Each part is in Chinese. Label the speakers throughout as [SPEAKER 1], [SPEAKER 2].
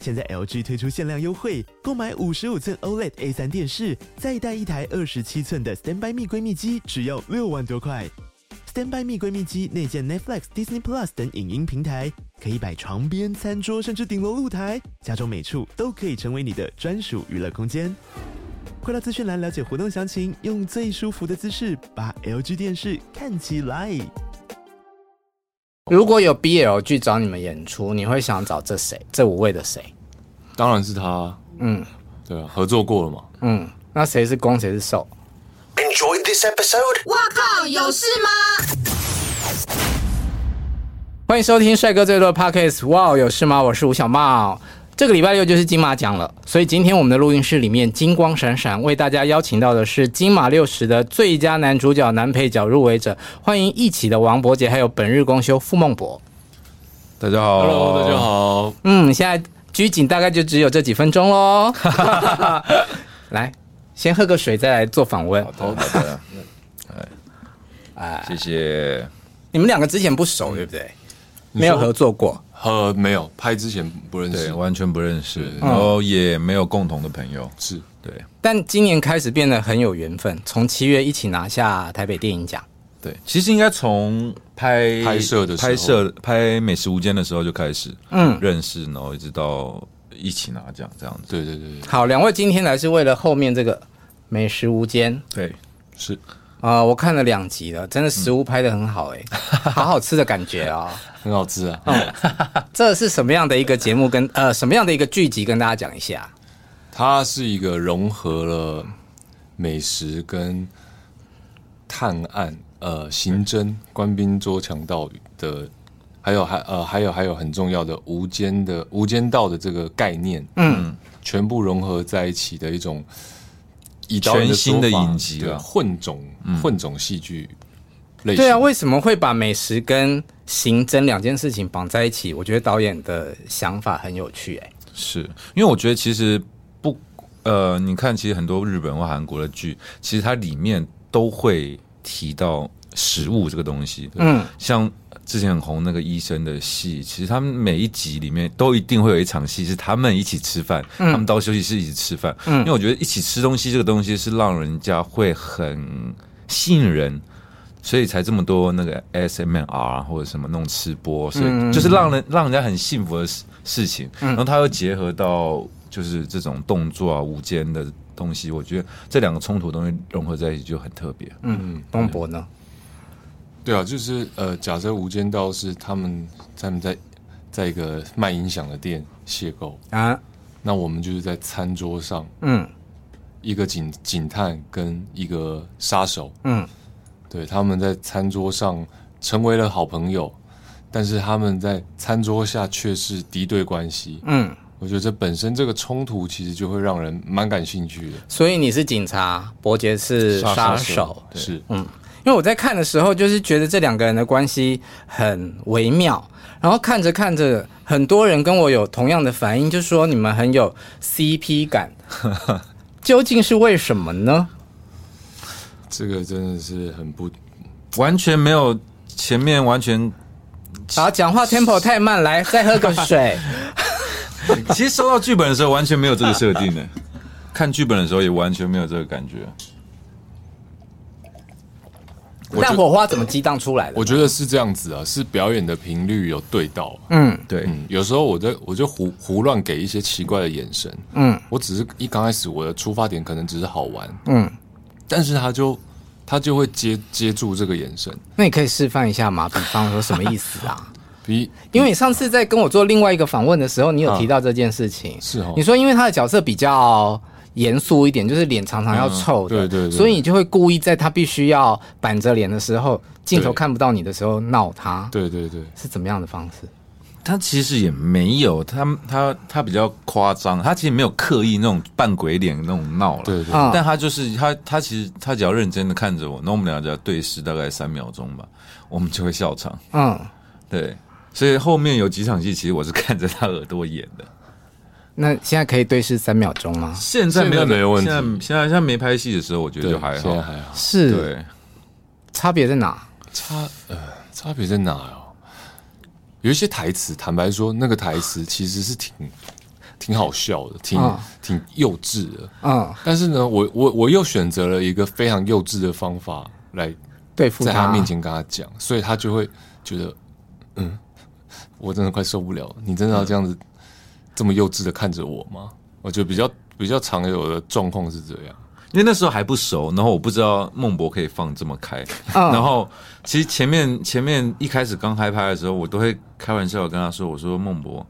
[SPEAKER 1] 现在 LG 推出限量优惠，购买五十五寸 OLED A 3电视，再带一台二十七寸的 Standby 蜜闺蜜机，只要六万多块。Standby 蜜闺蜜机内建 Netflix、Disney Plus 等影音平台，可以摆床边、餐桌，甚至顶楼露台，家中每处都可以成为你的专属娱乐空间。快到资讯栏了解活动详情，用最舒服的姿势把 LG 电视看起来。
[SPEAKER 2] 如果有 BL 剧找你们演出，你会想找这谁？这五位的谁？
[SPEAKER 3] 当然是他、啊
[SPEAKER 2] 嗯
[SPEAKER 3] 对啊，合作过了嘛。
[SPEAKER 2] 嗯，那谁是攻，谁是受？
[SPEAKER 4] Enjoyed this episode?
[SPEAKER 5] 哇靠，有事吗？
[SPEAKER 2] 欢迎收听帅哥最多的 Podcast。哇哦，有事吗？我是吴小茂。这个礼拜六就是金马奖了，所以今天我们的录音室里面金光闪闪，为大家邀请到的是金马六十的最佳男主角、男配角入围者，欢迎一起的王伯杰，还有本日公休傅孟博。
[SPEAKER 6] 大家好
[SPEAKER 3] Hello，大家。好，
[SPEAKER 2] 嗯，现在拘谨大概就只有这几分钟喽。 来，先喝个水，再来做访问。
[SPEAKER 6] 好的，好的，哎，谢谢。
[SPEAKER 3] 哎
[SPEAKER 2] 你们两个之前不熟，对不对？
[SPEAKER 3] 嗯你说
[SPEAKER 2] 没有合作过。
[SPEAKER 3] 呃，没有拍之前不认
[SPEAKER 6] 对，
[SPEAKER 3] 识，
[SPEAKER 6] 完全不认识，
[SPEAKER 3] 嗯
[SPEAKER 6] 然后也没有共同的朋友。
[SPEAKER 3] 是
[SPEAKER 6] 对，
[SPEAKER 2] 但今年开始变得很有缘分，从七月一起拿下台北电影奖。
[SPEAKER 6] 对，其实应该从拍
[SPEAKER 3] 拍摄的时候
[SPEAKER 6] 拍摄拍《美食无间》的时候就开始，
[SPEAKER 2] 嗯
[SPEAKER 6] 嗯，认识，然后一直到一起拿奖这样子。
[SPEAKER 3] 对对对对，
[SPEAKER 2] 好，两位今天来是为了后面这个《美食无间》
[SPEAKER 6] 对，
[SPEAKER 3] 是
[SPEAKER 2] 啊、我看了两集了，真的食物拍的很好 哎、好好吃的感觉啊、
[SPEAKER 3] 很好吃 啊。
[SPEAKER 2] 这是什么样的一个节目跟呃什么样的一个剧集？跟大家讲一下。
[SPEAKER 3] 它是一个融合了美食跟探案、呃刑侦、官兵捉强盗的，呃还有还呃还有还有很重要的无间的无间道的这个概念，嗯，全部融合在一起的一种以导演
[SPEAKER 6] 全新的
[SPEAKER 3] 说法
[SPEAKER 6] 影集
[SPEAKER 3] 对
[SPEAKER 6] 啊
[SPEAKER 3] 混种混种戏剧类型。
[SPEAKER 2] 对啊，为什么会把美食跟刑侦两件事情绑在一起？我觉得导演的想法很有趣哎、
[SPEAKER 6] 是因为我觉得其实不，呃，你看，其实很多日本或韩国的剧，其实它里面都会提到食物这个东西。
[SPEAKER 2] 嗯，
[SPEAKER 6] 像之前很红那个医生的戏，其实他们每一集里面都一定会有一场戏是他们一起吃饭，他们到休息室一起吃饭。因为我觉得一起吃东西这个东西是让人家会很吸引人。所以才这么多那个 S M R 或者什么那种吃播，所以就是让人让人家很幸福的事事情。然后它又结合到就是这种动作啊、舞间的东西，我觉得这两个冲突的东西融合在一起就很特别。
[SPEAKER 2] 嗯，东博呢？
[SPEAKER 3] 对啊，就是呃，假设《无间道》是他们他们在在一个卖音响的店邂逅，
[SPEAKER 2] 啊，
[SPEAKER 3] 那我们就是在餐桌上，
[SPEAKER 2] 嗯
[SPEAKER 3] 一个警警探跟一个杀手，
[SPEAKER 2] 嗯，
[SPEAKER 3] 对，他们在餐桌上成为了好朋友，但是他们在餐桌下却是敌对关系。
[SPEAKER 2] 嗯，
[SPEAKER 3] 我觉得这本身这个冲突其实就会让人蛮感兴趣的。
[SPEAKER 2] 所以你是警察，伯杰是杀手。
[SPEAKER 3] 是，
[SPEAKER 2] 因为我在看的时候，就是觉得这两个人的关系很微妙，然后看着看着，很多人跟我有同样的反应，就说你们很有 CP 感，究竟是为什么呢？
[SPEAKER 3] 这个真的是很不
[SPEAKER 6] 完全没有前面完全，
[SPEAKER 2] 好，讲话 tempo 太慢，来再喝个 水。
[SPEAKER 6] 其实收到剧本的时候完全没有这个设定的，看剧本的时候也完全没有这个感觉。
[SPEAKER 2] 但火花怎么激荡出来的
[SPEAKER 3] 我？觉得是这样子啊，是表演的频率有对到。
[SPEAKER 2] 嗯
[SPEAKER 6] 对，
[SPEAKER 3] 嗯，有时候我在我就胡胡乱给一些奇怪的眼神。
[SPEAKER 2] 嗯
[SPEAKER 3] 我只是一刚开始我的出发点可能只是好玩，
[SPEAKER 2] 嗯，
[SPEAKER 3] 但是他就他就会接接住这个眼神。
[SPEAKER 2] 那你可以示范一下吗？比方说什么意思啊？
[SPEAKER 3] 比
[SPEAKER 2] 因为你上次在跟我做另外一个访问的时候，你有提到这件事情，
[SPEAKER 3] 啊是哦
[SPEAKER 2] 你说因为他的角色比较严肃一点，就是脸常常要臭的，
[SPEAKER 3] 嗯对对对
[SPEAKER 2] 所以你就会故意在他必须要板着脸的时候，镜头
[SPEAKER 3] 对
[SPEAKER 2] 看不到你的时候闹他，
[SPEAKER 3] 对对对，
[SPEAKER 2] 是怎么样的方式？
[SPEAKER 6] 他其实也没有，他他他比较夸张，他其实没有刻意那种扮鬼脸那种闹了。
[SPEAKER 3] 对对，
[SPEAKER 2] 啊
[SPEAKER 6] 但他就是他，他其实他只要认真的看着我，那我们俩只要对视大概三秒钟吧，我们就会笑场。
[SPEAKER 2] 嗯，
[SPEAKER 6] 对，所以后面有几场戏，其实我是看着他耳朵演的。
[SPEAKER 2] 那现在可以对视三秒钟吗？
[SPEAKER 6] 现在没有
[SPEAKER 3] 现在没问题
[SPEAKER 6] 现在现在现在没拍戏的时候，我觉得
[SPEAKER 3] 对
[SPEAKER 6] 就还
[SPEAKER 3] 现在
[SPEAKER 6] 好。
[SPEAKER 3] 还好。
[SPEAKER 2] 是，
[SPEAKER 6] 对，
[SPEAKER 2] 差别在哪？
[SPEAKER 3] 差呃差别在哪哦？有一些台词，坦白说，那个台词其实是挺挺好笑的，挺、
[SPEAKER 2] 嗯
[SPEAKER 3] 挺幼稚的。
[SPEAKER 2] 嗯，
[SPEAKER 3] 但是呢，我我我又选择了一个非常幼稚的方法来
[SPEAKER 2] 对付
[SPEAKER 3] 在
[SPEAKER 2] 他
[SPEAKER 3] 他面，前跟他讲，所以他就会觉得，嗯，我真的快受不了，你真的要这样子这么幼稚的看着我吗？我觉得比较比较常有的状况是这样。
[SPEAKER 6] 因为那时候还不熟，然后我不知道孟博可以放这么开。
[SPEAKER 2] 嗯
[SPEAKER 6] 然后其实前面前面一开始刚开拍的时候，我都会开玩笑地跟他说：“我说孟博，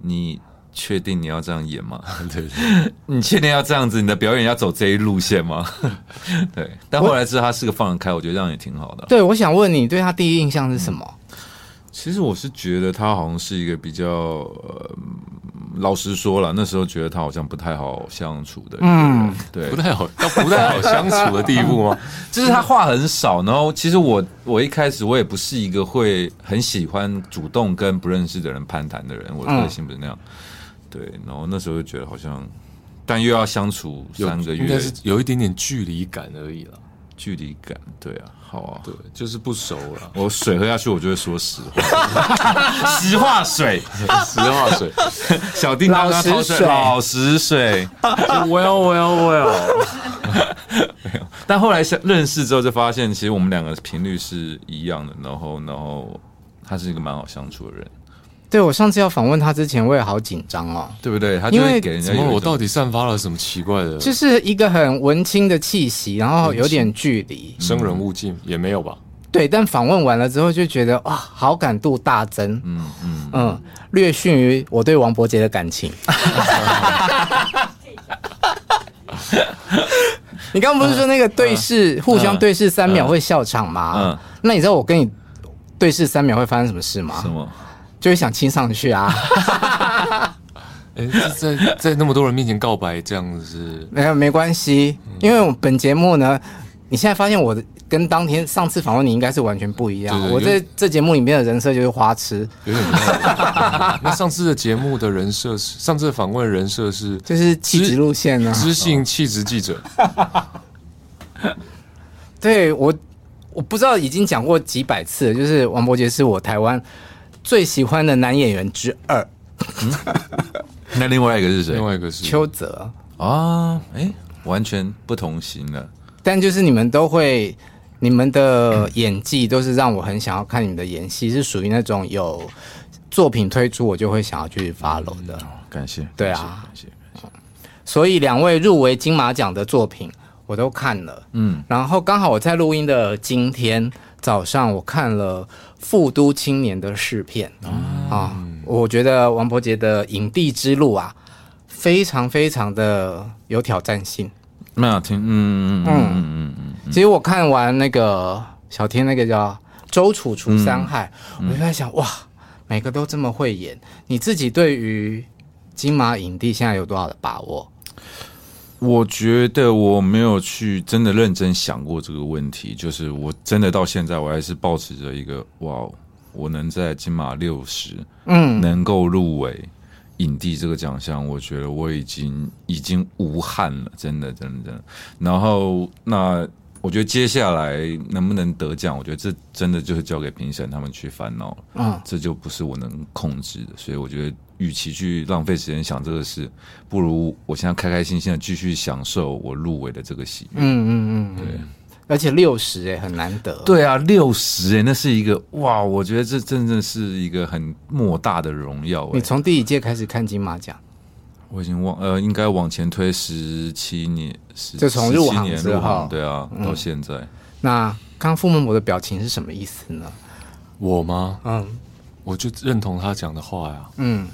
[SPEAKER 6] 你确定你要这样演吗？
[SPEAKER 3] 对，
[SPEAKER 6] 你确定要这样子？你的表演要走这一路线吗？” 对。但后来知道他是个放得开，我觉得这样也挺好的。
[SPEAKER 2] 对，我想问你，对他第一印象是什么？
[SPEAKER 6] 其实我是觉得他好像是一个比较，呃、老实说了，那时候觉得他好像不太好相处的。
[SPEAKER 2] 嗯，
[SPEAKER 6] 对
[SPEAKER 3] 不，太好，到不太好相处的地步吗？
[SPEAKER 6] 就是他话很少，然后其实我我一开始我也不是一个会很喜欢主动跟不认识的人攀谈的人，我的个性不是那样。对，然后那时候就觉得好像，但又要相处
[SPEAKER 3] 有
[SPEAKER 6] 三个
[SPEAKER 3] 应该
[SPEAKER 6] 月，
[SPEAKER 3] 是有一点点距离感而已啦。
[SPEAKER 6] 距离感，对啊，好啊。。
[SPEAKER 3] 对，就是不熟了
[SPEAKER 6] 我水喝下去，我就会说实话， 实话水，
[SPEAKER 3] 实话 水，
[SPEAKER 6] 小叮当
[SPEAKER 2] 老
[SPEAKER 6] 要
[SPEAKER 2] 实
[SPEAKER 6] 掏水，
[SPEAKER 2] 水
[SPEAKER 6] 老实水。
[SPEAKER 3] 我要我要我要。
[SPEAKER 6] 但后来相认识之后，就发现其实我们两个频率是一样的，然后然后他是一个蛮好相处的人，
[SPEAKER 2] 对我上次要访问他之前，我也好紧张哦，
[SPEAKER 6] 对不对？他就
[SPEAKER 2] 因为
[SPEAKER 6] 会给人家
[SPEAKER 3] 怎么
[SPEAKER 6] 有
[SPEAKER 3] 了？
[SPEAKER 6] 一
[SPEAKER 3] 我
[SPEAKER 6] 种
[SPEAKER 3] 到底散发了什么奇怪的？
[SPEAKER 2] 就是一个很文青的气息，然后有点距离。
[SPEAKER 6] 嗯
[SPEAKER 3] 生人勿近也没有吧？
[SPEAKER 2] 对，但访问完了之后就觉得哇，好感度大增。嗯嗯略逊于我对王伯杰的感情。 你刚刚不是说那个对视、互相对视三秒会笑场吗？
[SPEAKER 6] 嗯
[SPEAKER 2] 那你知道我跟你对视三秒会发生什么事吗
[SPEAKER 6] 什？么？
[SPEAKER 2] 就会想亲上去啊。
[SPEAKER 3] 哎，这在在那么多人面前告白，这样子是
[SPEAKER 2] 没有没关系， 因为我们本节目呢，你现在发现我的跟当天上次访问你应该是完全不一样。
[SPEAKER 3] 对对
[SPEAKER 2] 我
[SPEAKER 3] 有
[SPEAKER 2] 这这节目里面的人设就是花痴，
[SPEAKER 3] 有点不太。那上次的节目的人设是，上次的访问人设是
[SPEAKER 2] 就是气质路线啊呢、
[SPEAKER 3] 知性气质记者，
[SPEAKER 2] 对我，我不知道已经讲过几百次了，就是王伯杰是我台湾最喜欢的男演员之二，
[SPEAKER 6] 那另外一个是谁
[SPEAKER 3] 另？外一个是
[SPEAKER 2] 邱泽。
[SPEAKER 6] 啊，哎，完全不同型了。
[SPEAKER 2] 但就是你们都会，你们的演技都是让我很想要看你们的演戏，是属于那种有作品推出我就会想要去 follow 的。
[SPEAKER 6] 感谢，
[SPEAKER 2] 对啊
[SPEAKER 6] 感谢，感谢
[SPEAKER 2] 所以两位入围金马奖的作品我都看了，嗯，然后刚好我在录音的今天早上，我看了《富都青年》的试片、啊，我觉得王伯杰的影帝之路啊，非常非常的有挑战性。
[SPEAKER 6] 没有听，嗯嗯嗯嗯嗯嗯
[SPEAKER 2] 其实我看完那个小天那个叫《周楚除三害》，我就在想，哇，每个都这么会演，你自己对于金马影帝现在有多少的把握？
[SPEAKER 6] 我觉得我没有去真的认真想过这个问题，就是我真的到现在我还是保持着一个哇，我能在金马六十，嗯，能够入围影帝这个奖项，我觉得我已经已经无憾了，真的真的真的。然后那我觉得接下来能不能得奖，我觉得这真的就是交给评审他们去烦恼了，
[SPEAKER 2] 嗯，
[SPEAKER 6] 这就不是我能控制的，所以我觉得。与其去浪费时间想这个事，不如我现在开开心心的继续享受我入围的这个喜悦。
[SPEAKER 2] 嗯嗯嗯，对，而且六十哎，很难得。，
[SPEAKER 6] 对啊，六十哎，那是一个哇，我觉得这真的是一个很莫大的荣耀
[SPEAKER 2] 你
[SPEAKER 6] 哎。
[SPEAKER 2] 从第一届开始看金马奖，
[SPEAKER 6] 我已经忘呃，应该往前推十七年，十
[SPEAKER 2] 就从入行
[SPEAKER 6] 17年
[SPEAKER 2] 之后
[SPEAKER 6] 入行对啊，到现在。
[SPEAKER 2] 那刚傅孟博的表情是什么意思呢？
[SPEAKER 3] 我吗？
[SPEAKER 2] 嗯
[SPEAKER 3] 我就认同他讲的话呀。
[SPEAKER 2] 嗯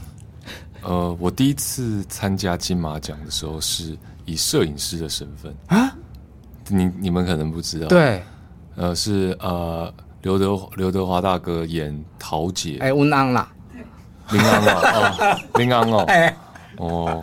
[SPEAKER 3] 呃，我第一次参加金马奖的时候是以摄影师的身份
[SPEAKER 2] 啊，
[SPEAKER 3] 你你们可能不知道，，
[SPEAKER 2] 对，
[SPEAKER 3] 呃，是呃刘德刘德华大哥演桃姐，
[SPEAKER 2] 哎，温安啦，
[SPEAKER 3] 林昂啊，哦，林昂哦，
[SPEAKER 2] 哎，
[SPEAKER 3] 哦，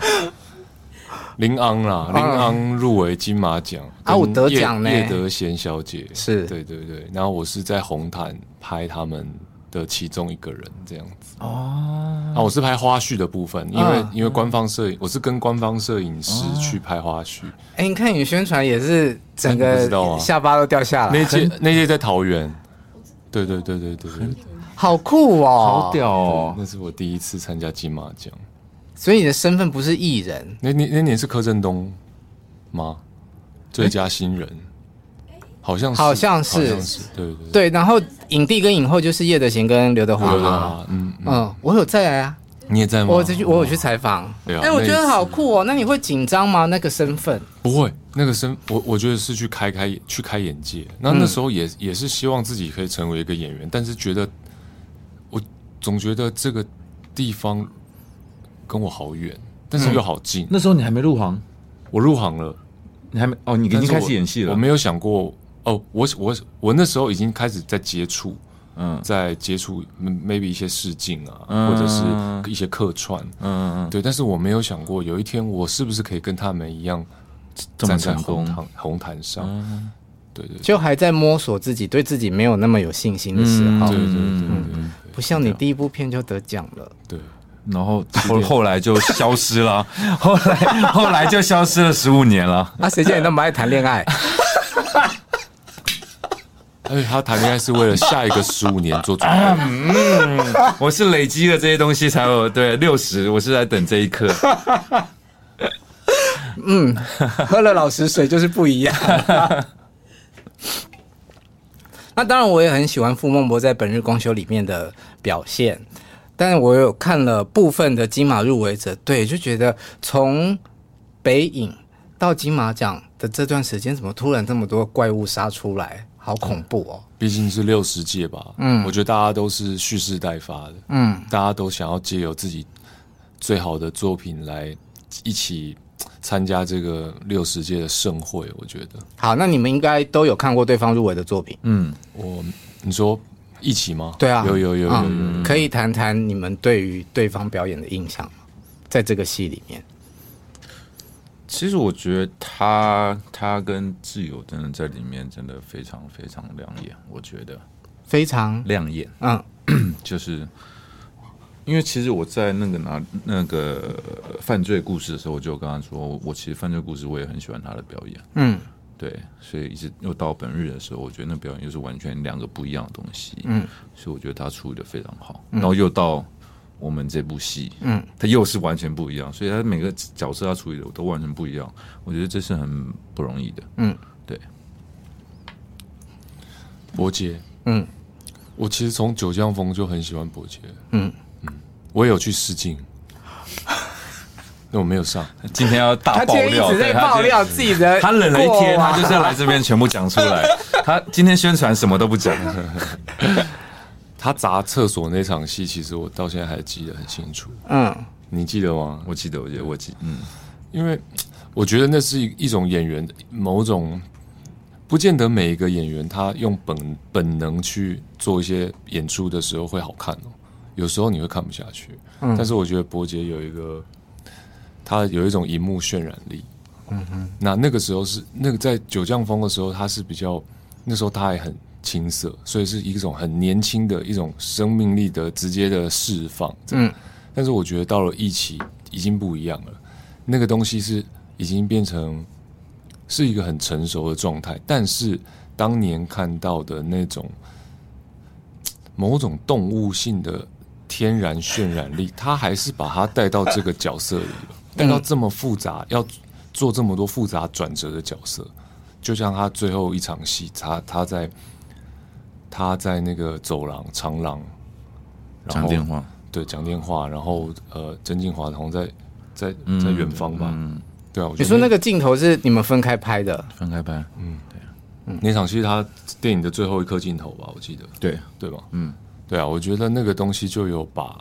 [SPEAKER 3] 林昂啦，林昂入围金马奖
[SPEAKER 2] 啊我
[SPEAKER 3] 跟
[SPEAKER 2] 得
[SPEAKER 3] 叶
[SPEAKER 2] 奖呢
[SPEAKER 3] 叶德娴小姐
[SPEAKER 2] 是
[SPEAKER 3] 对对对，然后我是在红毯拍他们的其中一个人这样子哦，啊，我是拍花絮的部分，因为、
[SPEAKER 2] 嗯
[SPEAKER 3] 因为官方摄影，我是跟官方摄影师去拍花絮，
[SPEAKER 2] 哎，你看你宣传也是整
[SPEAKER 3] 哎你不知道
[SPEAKER 2] 个
[SPEAKER 3] 啊
[SPEAKER 2] 下巴都掉下来，
[SPEAKER 3] 那届那届在桃园，对对对对对对，
[SPEAKER 2] 好酷哦！
[SPEAKER 6] 好屌哦！
[SPEAKER 3] 那是我第一次参加金马奖，
[SPEAKER 2] 所以你的身份不是艺人，
[SPEAKER 3] 那年那年是柯震东吗？最佳新人，好像是
[SPEAKER 2] 好像是
[SPEAKER 3] 好像是，对对对。
[SPEAKER 2] 对，然后影帝跟影后就是叶德娴跟刘德华
[SPEAKER 3] 对对
[SPEAKER 2] 嘛。
[SPEAKER 3] 啊，嗯，嗯
[SPEAKER 2] 嗯，我有在啊，
[SPEAKER 3] 你也在吗？
[SPEAKER 2] 我有去，我有去采访。
[SPEAKER 3] 对啊
[SPEAKER 2] 哎，我觉
[SPEAKER 3] 那一
[SPEAKER 2] 得
[SPEAKER 3] 次
[SPEAKER 2] 好酷哦！那你会紧张吗？那个身份？
[SPEAKER 3] 不会，那个身，我我觉得是去开开去开眼界。那那时候也、也是希望自己可以成为一个演员，但是觉得我总觉得这个地方跟我好远，但是又好近。
[SPEAKER 6] 那时候你还没入行，
[SPEAKER 3] 我入行了，
[SPEAKER 6] 你还没哦，你已经
[SPEAKER 3] 但是我
[SPEAKER 6] 开始演戏了。
[SPEAKER 3] 我没有想过哦，我我我那时候已经开始在接触，
[SPEAKER 6] 嗯
[SPEAKER 3] 在接触嗯 maybe 一些试镜啊，
[SPEAKER 6] 嗯
[SPEAKER 3] 或者是一些客串，
[SPEAKER 6] 嗯嗯
[SPEAKER 3] 对，但是我没有想过有一天我是不是可以跟他们一样
[SPEAKER 6] 这么
[SPEAKER 3] 站在
[SPEAKER 6] 成
[SPEAKER 3] 红
[SPEAKER 6] 功嗯
[SPEAKER 3] 毯红毯上。对对对
[SPEAKER 2] 就还在摸索自己，对自己没有那么有信心的时候，
[SPEAKER 3] 对对
[SPEAKER 6] 嗯
[SPEAKER 3] 对
[SPEAKER 2] 不像你第一部片就得奖了。
[SPEAKER 3] 对对，
[SPEAKER 6] 嗯，然后后后来就消失了， 后来后来就消失了十五年了。
[SPEAKER 2] 啊，谁叫你那么爱谈恋 爱？
[SPEAKER 3] 而且他谈恋爱是为了下一个十五年做准
[SPEAKER 6] 啊
[SPEAKER 3] 备。
[SPEAKER 6] 我是累积了这些东西才有对六十，我是在等这一刻。
[SPEAKER 2] 喝了老石水就是不一样。 那当然，我也很喜欢傅孟博在《本日公休》里面的表现，但我有看了部分的金马入围者，对，就觉得从北影到金马奖的这段时间，怎么突然这么多怪物杀出来？好恐怖哦！
[SPEAKER 3] 毕竟是六十届吧，嗯，我觉得大家都是蓄势待发的，
[SPEAKER 2] 嗯，
[SPEAKER 3] 大家都想要借由自己最好的作品来一起参加这个六十届的盛会。我觉得，
[SPEAKER 2] 好，那你们应该都有看过对方入围的作品，
[SPEAKER 6] 嗯，
[SPEAKER 3] 我你说一起吗？
[SPEAKER 2] 对啊，
[SPEAKER 3] 有有有有有有
[SPEAKER 2] 嗯可以谈谈你们对于对方表演的印象吗？在这个戏里面，
[SPEAKER 6] 其实我觉得他他跟挚友真的在里面真的非常非常亮眼，我觉得
[SPEAKER 2] 非常
[SPEAKER 6] 亮眼。
[SPEAKER 2] 嗯。
[SPEAKER 6] 就是因为其实我在那个哪那个犯罪故事的时候，我就有跟他说，我其实犯罪故事我也很喜欢他的表演，
[SPEAKER 2] 嗯
[SPEAKER 6] 对，所以一直又到本日的时候，我觉得那表演又是完全两个不一样的东西，
[SPEAKER 2] 嗯，
[SPEAKER 6] 所以我觉得他处理的非常好，然后又到。我们这部戏，
[SPEAKER 2] 嗯，
[SPEAKER 6] 它又是完全不一样，所以他每个角色他处理的都完全不一样，我觉得这是很不容易的。
[SPEAKER 2] 嗯
[SPEAKER 3] 伯杰，
[SPEAKER 2] 嗯，
[SPEAKER 3] 我其实从九江风就很喜欢伯杰，
[SPEAKER 2] 嗯
[SPEAKER 3] 我也有去试 镜，那我没有上，
[SPEAKER 6] 今天要大
[SPEAKER 2] 他今
[SPEAKER 6] 爆
[SPEAKER 2] 天一
[SPEAKER 6] 料，
[SPEAKER 2] 直
[SPEAKER 6] 对
[SPEAKER 2] 在
[SPEAKER 6] 他
[SPEAKER 2] 爆
[SPEAKER 6] 今天
[SPEAKER 2] 料自己的，
[SPEAKER 6] 他忍了一天，他就是要来这边全部讲出来。他今天宣传什么都不讲，
[SPEAKER 3] 他砸厕所那场戏，其实我到现在还记得很清楚，
[SPEAKER 2] 嗯
[SPEAKER 3] 你记得吗？
[SPEAKER 6] 我记得，我记得，我记得， 嗯，
[SPEAKER 3] 因为我觉得那是一一种演员的某种，不见得每一个演员他用本本能去做一些演出的时候会好看哦，有时候你会看不下去。但是我觉得伯杰有一个，他有一种荧幕渲染力。嗯哼，那那个时候是那个在九降风的时候，他是比较那时候他还很青涩，所以是一种很年轻的一种生命力的直接的释放。
[SPEAKER 2] 嗯，
[SPEAKER 3] 但是我觉得到了一期已经不一样了，那个东西是已经变成是一个很成熟的状态，但是当年看到的那种某种动物性的天然渲染力，他还是把它带到这个角色里了，带到这么复杂，要做这么多复杂转折的角色，就像他最后一场戏，他他在他在那个走廊长廊，然
[SPEAKER 6] 讲
[SPEAKER 3] 后
[SPEAKER 6] 电话，
[SPEAKER 3] 对讲电话，然后呃，曾静华好像在在
[SPEAKER 6] 嗯
[SPEAKER 3] 在远方吧，
[SPEAKER 6] 嗯，
[SPEAKER 3] 对啊，我觉
[SPEAKER 2] 你
[SPEAKER 3] 得
[SPEAKER 2] 说那个镜头是你们分开拍的，
[SPEAKER 6] 分开拍，
[SPEAKER 3] 那场戏，他电影的最后一颗镜头吧，我记得
[SPEAKER 6] 对，
[SPEAKER 3] 对吧？
[SPEAKER 6] 嗯，
[SPEAKER 3] 对啊，我觉得那个东西就有把，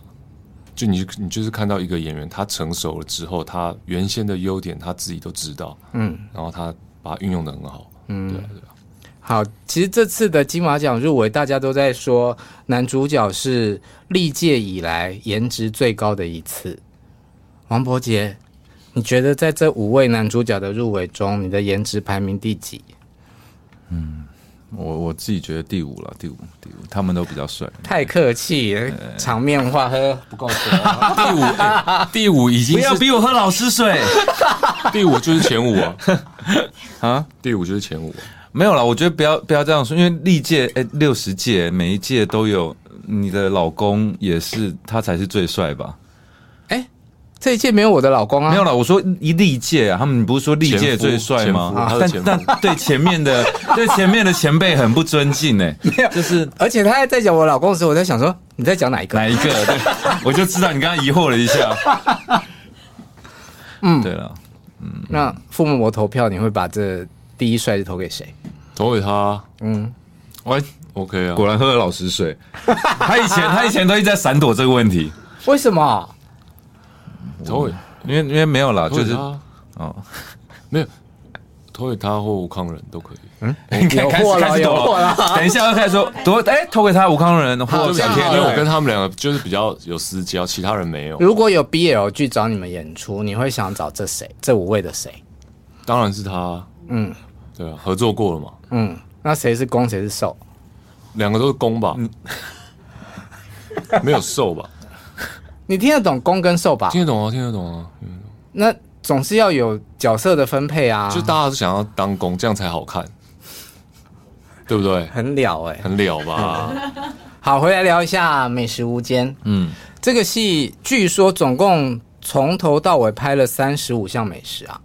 [SPEAKER 3] 就你你就是看到一个演员他成熟了之后，他原先的优点他自己都知道，
[SPEAKER 2] 嗯，
[SPEAKER 3] 然后他把它运用的很好，嗯，对啊对啊，
[SPEAKER 2] 好，其实这次的金马奖入围，大家都在说男主角是历届以来颜值最高的一次。王伯杰，你觉得在这五位男主角的入围中，你的颜值排名第几？
[SPEAKER 6] 我我自己觉得第五了，第五第五，他们都比较帅。
[SPEAKER 2] 太客气，
[SPEAKER 6] 呃
[SPEAKER 2] 场面话呵不够多。
[SPEAKER 3] 第五、哎 第五已经是
[SPEAKER 6] 我喝老师水
[SPEAKER 3] 第五就是前五啊，
[SPEAKER 6] 啊！
[SPEAKER 3] 第五就是前五啊、
[SPEAKER 6] 没有啦，我觉得不要不要这样说，因为历届哎六十届每一届都有你的老公也是他才是最帅吧？
[SPEAKER 2] 哎，这一届没有我的老公啊，
[SPEAKER 6] 没有啦，我说一历届啊，他们不是说历届
[SPEAKER 3] 前夫
[SPEAKER 6] 最帅吗？
[SPEAKER 3] 前夫他是
[SPEAKER 6] 但
[SPEAKER 3] 前夫
[SPEAKER 6] 但对前面的 对前面的前辈很不尊敬哎、就是
[SPEAKER 2] 而且他还在讲我老公的时候，我在想说你在讲哪一个？
[SPEAKER 6] 哪一个？对，我就知道你刚刚疑惑了一下。嗯，对了，
[SPEAKER 2] 那父母我投票，你会把这第一帅是投给谁？
[SPEAKER 3] 投给他
[SPEAKER 6] 喂，
[SPEAKER 3] OK 啊。
[SPEAKER 6] 嗯果然喝了老实水。他以前他以前都一直在闪躲这个问题，
[SPEAKER 2] 为什么？
[SPEAKER 3] 投给
[SPEAKER 6] 因为因为没有啦，
[SPEAKER 3] 投
[SPEAKER 6] 就
[SPEAKER 3] 给
[SPEAKER 6] 是啊
[SPEAKER 3] 他
[SPEAKER 6] 哦，
[SPEAKER 3] 没有，投给他或吴康仁都可以。
[SPEAKER 6] 嗯哎
[SPEAKER 2] 有货了，有货了。
[SPEAKER 6] 等一下又开始说夺，哎，投给他吴康仁或
[SPEAKER 3] 对不起
[SPEAKER 6] 蒋天
[SPEAKER 3] 因为我
[SPEAKER 6] 佑
[SPEAKER 3] 跟。他们两个就是比较有私交，其他人没
[SPEAKER 6] 嗯
[SPEAKER 3] 有。
[SPEAKER 2] 如果有 BL 剧找你们演出，你会想找这谁？这五位的谁？
[SPEAKER 3] 当然是他啊，
[SPEAKER 2] 嗯
[SPEAKER 3] 对啊，合作过了嘛，
[SPEAKER 2] 嗯，那谁是攻，谁是受？
[SPEAKER 3] 两个都是攻
[SPEAKER 6] 嗯
[SPEAKER 3] 吧， 没有受吧，
[SPEAKER 2] 你听得懂攻跟受吧
[SPEAKER 3] 听？得懂啊，听得懂啊，嗯
[SPEAKER 2] 那总是要有角色的分配啊。
[SPEAKER 3] 就大家都想要当攻，这样才好看，对不对？
[SPEAKER 2] 很了哎、
[SPEAKER 3] 很了 吧？
[SPEAKER 2] 好，回来聊一下《美食无间》。
[SPEAKER 6] 嗯，
[SPEAKER 2] 这个戏据说总共从头到尾拍了三十五项美食啊。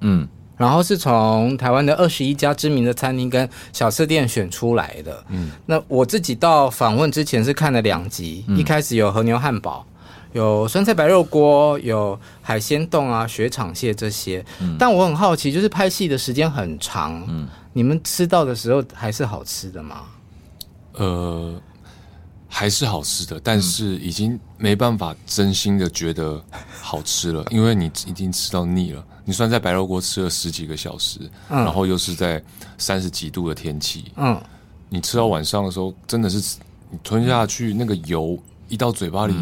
[SPEAKER 6] 嗯，
[SPEAKER 2] 然后是从台湾的二十一家知名的餐厅跟小吃店选出来的。嗯，那我自己到访问之前是看了两集，
[SPEAKER 6] 嗯
[SPEAKER 2] 一开始有和牛汉堡，有酸菜白肉锅，有海鲜冻啊、雪场蟹这些。
[SPEAKER 6] 嗯
[SPEAKER 2] 但我很好奇，就是拍戏的时间很长，你们吃到的时候还是好吃的吗？
[SPEAKER 3] 呃，还是好吃的，但是已经没办法真心的觉得好吃了，因为你已经吃到腻了。你算在白肉锅吃了十几个小时，然后又是在三十几度的天气，
[SPEAKER 2] 嗯，
[SPEAKER 3] 你吃到晚上的时候，真的是你吞下去那个油一到嘴巴里，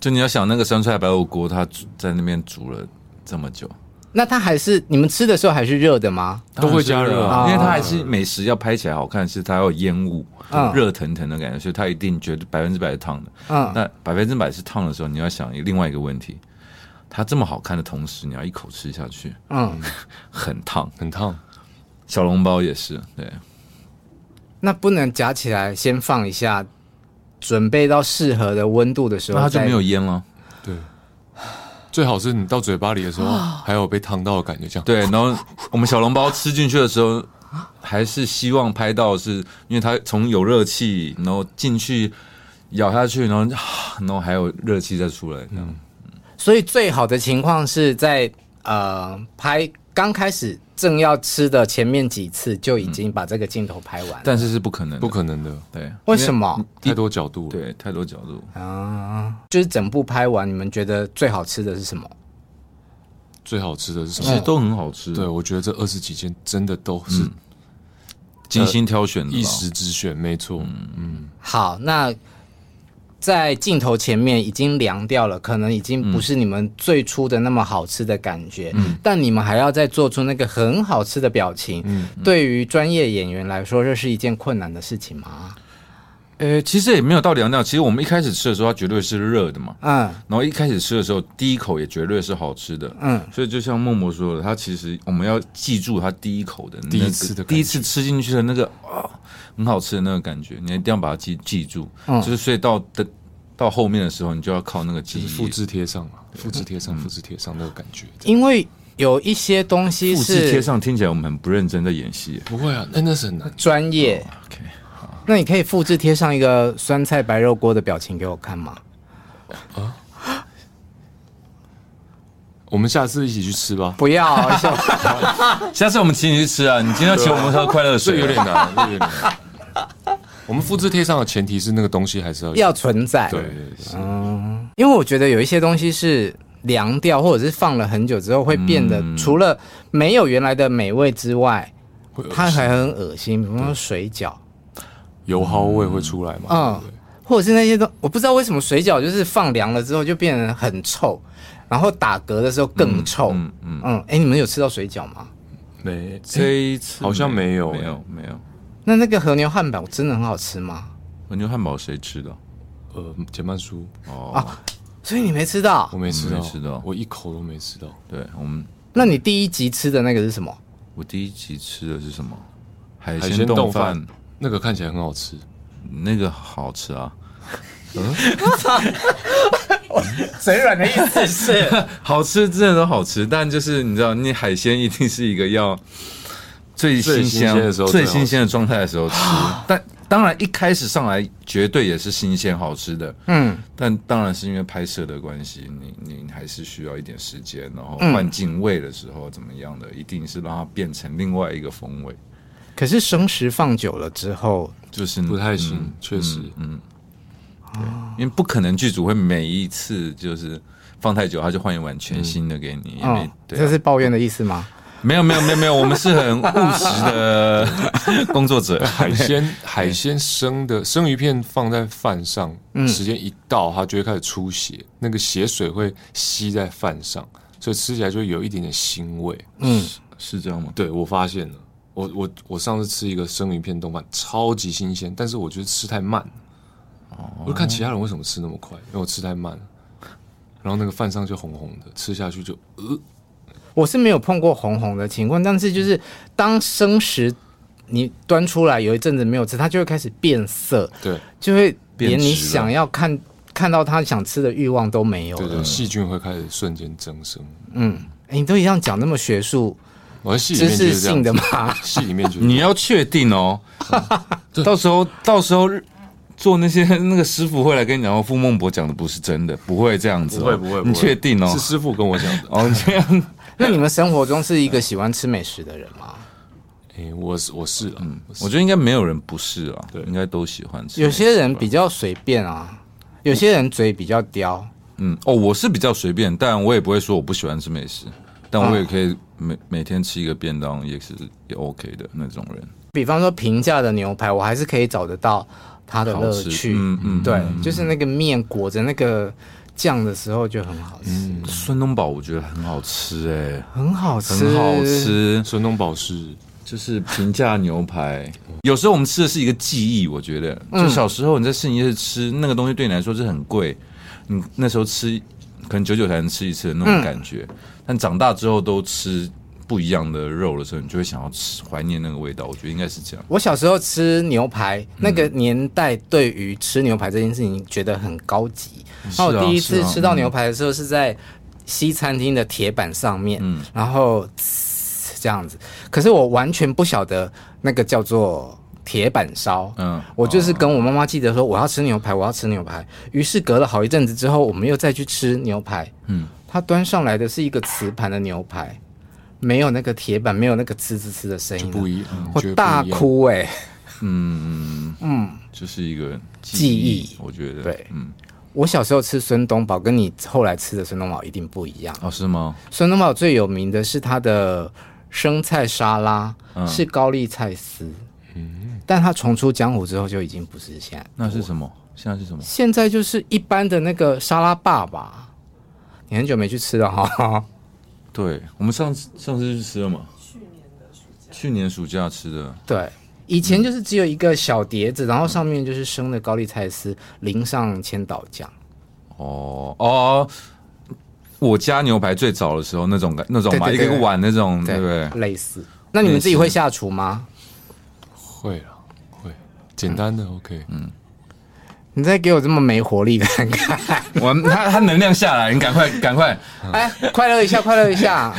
[SPEAKER 6] 就你要想那个酸菜白肉锅，他煮在那边煮了这么久，
[SPEAKER 2] 那它还是你们吃的时候还是热的吗？
[SPEAKER 3] 都会加热啊
[SPEAKER 6] 因为它还是美食要拍起来好看，是它要有烟雾
[SPEAKER 2] 嗯，
[SPEAKER 6] 热腾腾的感觉，所以它一定绝对百分之百是烫的。
[SPEAKER 2] 嗯，
[SPEAKER 6] 那百分之百是烫的时候，你要想另外一个问题，它这么好看的同时，你要一口吃下去，
[SPEAKER 2] 嗯，
[SPEAKER 6] 很烫。
[SPEAKER 3] 很烫。
[SPEAKER 6] 小笼包也是，对，
[SPEAKER 2] 那不能夹起来先放一下，准备到适合的温度的时
[SPEAKER 6] 那
[SPEAKER 2] 候，
[SPEAKER 6] 它就没有。烟了。
[SPEAKER 3] 对，最好是你到嘴巴里的时候，还有被烫到的感觉，这样。
[SPEAKER 6] 对，然后我们小笼包吃进去的时候，还是希望拍到是，因为它从有热气，然后进去咬下去，然后、啊然后还有热气再出来，这样。
[SPEAKER 2] 所以最好的情况是在呃拍刚开始正要吃的前面几次就已经把这个镜头拍完。
[SPEAKER 6] 但是是不可能的，
[SPEAKER 3] 不可能的，
[SPEAKER 6] 对，
[SPEAKER 2] 为什么？啊
[SPEAKER 3] 太多角度了。
[SPEAKER 6] 对，太多角度。
[SPEAKER 3] 啊
[SPEAKER 2] 就是整部拍完，你们觉得最好吃的是什么？
[SPEAKER 3] 最好吃的是什
[SPEAKER 6] 其实
[SPEAKER 3] 么？
[SPEAKER 6] 都很好吃，
[SPEAKER 3] 对，，我觉得这二十几间真的都是
[SPEAKER 6] 精心挑选的啦
[SPEAKER 3] 一时之选，没错。
[SPEAKER 2] 好，那在镜头前面已经凉掉了，可能已经不是你们最初的那么好吃的感觉，但你们还要再做出那个很好吃的表情。对于专业演员来说，这是一件困难的事情吗？
[SPEAKER 6] 呃，其实也没有到凉掉。其实我们一开始吃的时候，它绝对是热的嘛。
[SPEAKER 2] 嗯
[SPEAKER 6] 然后一开始吃的时候，第一口也绝对是好吃的。
[SPEAKER 2] 嗯，
[SPEAKER 6] 所以就像默默说的，它其实我们要记住它第一口的、那个、
[SPEAKER 3] 第一次的感觉
[SPEAKER 6] 第一次吃进去的那个啊、很好吃的那个感觉，你一定要把它记记住。
[SPEAKER 3] 嗯
[SPEAKER 6] 就是所以到的到后面的时候，你就要靠那个
[SPEAKER 3] 就
[SPEAKER 6] 记
[SPEAKER 3] 是
[SPEAKER 6] 忆
[SPEAKER 3] 复制贴上嘛，复制贴上，复制贴上那个感觉。
[SPEAKER 2] 因为有一些东西
[SPEAKER 6] 复制贴
[SPEAKER 2] 是
[SPEAKER 6] 上，听起来我们很不认真在演戏。
[SPEAKER 3] 不会啊，那那是很难。
[SPEAKER 2] 专业，
[SPEAKER 6] OK，
[SPEAKER 2] 那你可以复制贴上一个酸菜白肉锅的表情给我看吗？
[SPEAKER 3] 我们下次一起去吃吧。
[SPEAKER 2] 不要啊，小
[SPEAKER 6] 下次我们请你去吃啊！你今天要请我们喝快乐
[SPEAKER 3] 这
[SPEAKER 6] 水，
[SPEAKER 3] 有点难，这有点难。我们复制贴上的前提是那个东西还是要 有
[SPEAKER 2] 要存在。
[SPEAKER 3] 对对对，
[SPEAKER 2] 因为我觉得有一些东西是凉嗯掉，或者是放了很久之后，会变得除了没有原来的美味之外，
[SPEAKER 3] 会恶心
[SPEAKER 2] 它还很恶心，比方说水饺，
[SPEAKER 3] 油耗味会出来嘛？
[SPEAKER 2] 嗯
[SPEAKER 3] 对不对
[SPEAKER 2] 或者是那些东，我不知道为什么水饺就是放凉了之后就变得很臭，然后打嗝的时候更臭。嗯嗯哎、你们有吃到水饺吗？
[SPEAKER 3] 没
[SPEAKER 6] 这一次
[SPEAKER 3] 好像没有
[SPEAKER 6] 哎没
[SPEAKER 3] 欸
[SPEAKER 6] 有没有。
[SPEAKER 2] 那那个和牛汉堡真的很好吃吗？
[SPEAKER 6] 和牛汉堡谁吃的？
[SPEAKER 3] 呃减半酥
[SPEAKER 6] 哦，
[SPEAKER 2] 所以你没吃到
[SPEAKER 3] 我？没吃到，
[SPEAKER 6] 没吃到
[SPEAKER 3] 我一口都没吃到。
[SPEAKER 6] 对，我们
[SPEAKER 2] 那你第一集吃的那个是什么？
[SPEAKER 6] 我第一集吃的是什么？海
[SPEAKER 3] 海
[SPEAKER 6] 鲜
[SPEAKER 3] 鲜
[SPEAKER 6] 冻
[SPEAKER 3] 冻
[SPEAKER 6] 饭
[SPEAKER 3] 饭，那个看起来很好吃，
[SPEAKER 6] 那个好吃啊，
[SPEAKER 2] 嘴软的意思是，
[SPEAKER 6] 好吃真的都好吃，但就是你知道，你海鲜一定是一个要最新
[SPEAKER 3] 最新
[SPEAKER 6] 鲜
[SPEAKER 3] 鲜的时候
[SPEAKER 6] 最
[SPEAKER 3] 最好吃
[SPEAKER 6] 新鲜的状态的时候 吃。但当然一开始上来绝对也是新鲜好吃的，
[SPEAKER 2] 嗯，
[SPEAKER 6] 但当然是因为拍摄的关系，你你还是需要一点时间，然后换进味的时候怎么样的，一定是让它变成另外一个风味，
[SPEAKER 2] 可是生食放久了之 后，
[SPEAKER 6] 就是
[SPEAKER 3] 不太
[SPEAKER 6] 嗯
[SPEAKER 3] 行，确实。
[SPEAKER 6] 因为不可能剧组会每一次就是放太久，他就换一碗全新的给你，因为
[SPEAKER 2] 嗯，
[SPEAKER 3] 哦
[SPEAKER 6] 对啊、
[SPEAKER 2] 这是抱怨的意思吗？
[SPEAKER 6] 没有没有没有没有，我们是很务实 的工作者。
[SPEAKER 3] 海鲜海鲜生的生鱼片放在饭上，时间一到，它就会开始出血，那个血水会吸在饭上，所以吃起来就会有一点点腥味。
[SPEAKER 2] 嗯，
[SPEAKER 6] 是这样吗？
[SPEAKER 3] 对我发现了，我我我上次吃一个生鱼片冻饭，超级新鲜，但是我觉得吃太慢了。我就看其他人为什么吃那么快，因为我吃太慢了。然后那个饭上就红红的，吃下去就呃，
[SPEAKER 2] 我是没有碰过红红的情况，但是
[SPEAKER 6] 嗯
[SPEAKER 2] 就是当生食你端出来有一阵子没有吃，它就会开始变色，
[SPEAKER 3] 对
[SPEAKER 2] 就会连
[SPEAKER 6] 变质
[SPEAKER 2] 你
[SPEAKER 6] 了
[SPEAKER 2] 想要看看到它想吃的欲望都没有
[SPEAKER 3] 对
[SPEAKER 2] 了。
[SPEAKER 3] 对，细菌会开始瞬间增生。
[SPEAKER 2] 诶你都一样讲那么学术
[SPEAKER 3] 我在戏里
[SPEAKER 2] 知
[SPEAKER 3] 面就
[SPEAKER 2] 识
[SPEAKER 3] 是这
[SPEAKER 2] 性的
[SPEAKER 3] 样子，
[SPEAKER 2] 嘛？
[SPEAKER 3] 戏里面就是 这样
[SPEAKER 6] 你要确定哦，
[SPEAKER 3] 嗯
[SPEAKER 6] 到时候到时候做那些那个师傅会来跟你讲，哦，傅孟博讲的不是真的，不会这样子、哦，
[SPEAKER 3] 不会不会，不会
[SPEAKER 6] 你确定哦？
[SPEAKER 3] 是师傅跟我讲 的。
[SPEAKER 6] 哦，你这样
[SPEAKER 2] 那你们生活中是一个喜欢吃美食的人吗？
[SPEAKER 3] 哎、我是我是啊，我是
[SPEAKER 6] 我觉得应该没有人不是啊，
[SPEAKER 3] 对
[SPEAKER 6] 应该都喜欢吃。
[SPEAKER 2] 有些人比较随便啊，有些人嘴比较刁。
[SPEAKER 6] 嗯，哦，我是比较随便，但我也不会说我不喜欢吃美食，但我也可以每、每天吃一个便当，也是也 OK 的那种人。
[SPEAKER 2] 比方说平价的牛排，我还是可以找得到它的乐
[SPEAKER 6] 好
[SPEAKER 2] 趣
[SPEAKER 6] 吃。嗯嗯
[SPEAKER 2] 对，就是那个面裹着那个酱的时候就很好吃，
[SPEAKER 6] 酸东宝我觉得很好吃、哎，
[SPEAKER 2] 很好吃，
[SPEAKER 6] 很好。吃，
[SPEAKER 3] 神农宝是
[SPEAKER 6] 就是平价牛排。嗯有时候我们吃的是一个记忆，我觉得，就小时候你在市营夜市吃那个东西，对你来说是很贵，你那时候吃可能久久才能吃一次的那种感觉，但长大之后都吃不一样的肉的时候，你就会想要吃怀念那个味道。我觉得应该是这样。
[SPEAKER 2] 我小时候吃牛排，那个年代对于吃牛排这件事情觉得很高级。那我
[SPEAKER 6] 是啊
[SPEAKER 2] 第一次
[SPEAKER 6] 是啊
[SPEAKER 2] 吃到牛排的时候是在西餐厅的铁板上面，
[SPEAKER 6] 嗯
[SPEAKER 2] 然后呲这样子，可是我完全不晓得那个叫做铁板烧。
[SPEAKER 6] 嗯
[SPEAKER 2] 我就是跟我妈妈记得说我要吃牛排，我要吃牛排。于是隔了好一阵子之后，我们又再去吃牛排。嗯，他端上来的是一个瓷盘的牛排，没有那个铁板，没有那个呲呲呲的声音了，啊
[SPEAKER 3] 不一样，
[SPEAKER 2] 我
[SPEAKER 3] 觉得不一
[SPEAKER 2] 大。
[SPEAKER 3] 样
[SPEAKER 2] 哭哎、
[SPEAKER 6] 嗯就是一个
[SPEAKER 2] 嗯记
[SPEAKER 6] 记忆，
[SPEAKER 2] 忆
[SPEAKER 6] 我觉得
[SPEAKER 2] 对
[SPEAKER 6] 嗯，
[SPEAKER 2] 我小时候吃孙东宝，跟你后来吃的孙东宝一定不一样。
[SPEAKER 6] 哦，是吗？
[SPEAKER 2] 孙东宝最有名的是它的生菜沙拉，
[SPEAKER 3] 嗯
[SPEAKER 2] 是高丽菜丝。但它重出江湖之后就已经不是现在，
[SPEAKER 6] 那是什么？现在是什么？
[SPEAKER 2] 现在就是一般的那个沙拉爸爸。你很久没去吃了 哈，
[SPEAKER 6] 对，我们上次上次去吃了嘛？去年的暑假，去年暑假吃的。
[SPEAKER 2] 对。以前就是只有一个小碟子，然后上面就是生的高丽菜丝，淋上千岛酱。
[SPEAKER 6] 哦哦，我家牛排最早的时候那种感那种嘛，
[SPEAKER 2] 对
[SPEAKER 6] 一
[SPEAKER 2] 对
[SPEAKER 6] 个
[SPEAKER 2] 对
[SPEAKER 6] 一个碗那种，对不对？
[SPEAKER 3] 嗯
[SPEAKER 2] 类似。那你们自己会下厨吗？
[SPEAKER 3] 会啊，会简单的 OK，嗯，
[SPEAKER 2] 你再给我这么没活力看看，
[SPEAKER 6] 我他他能量下来，你赶快赶快，
[SPEAKER 2] 哎，快乐一下，快乐一下。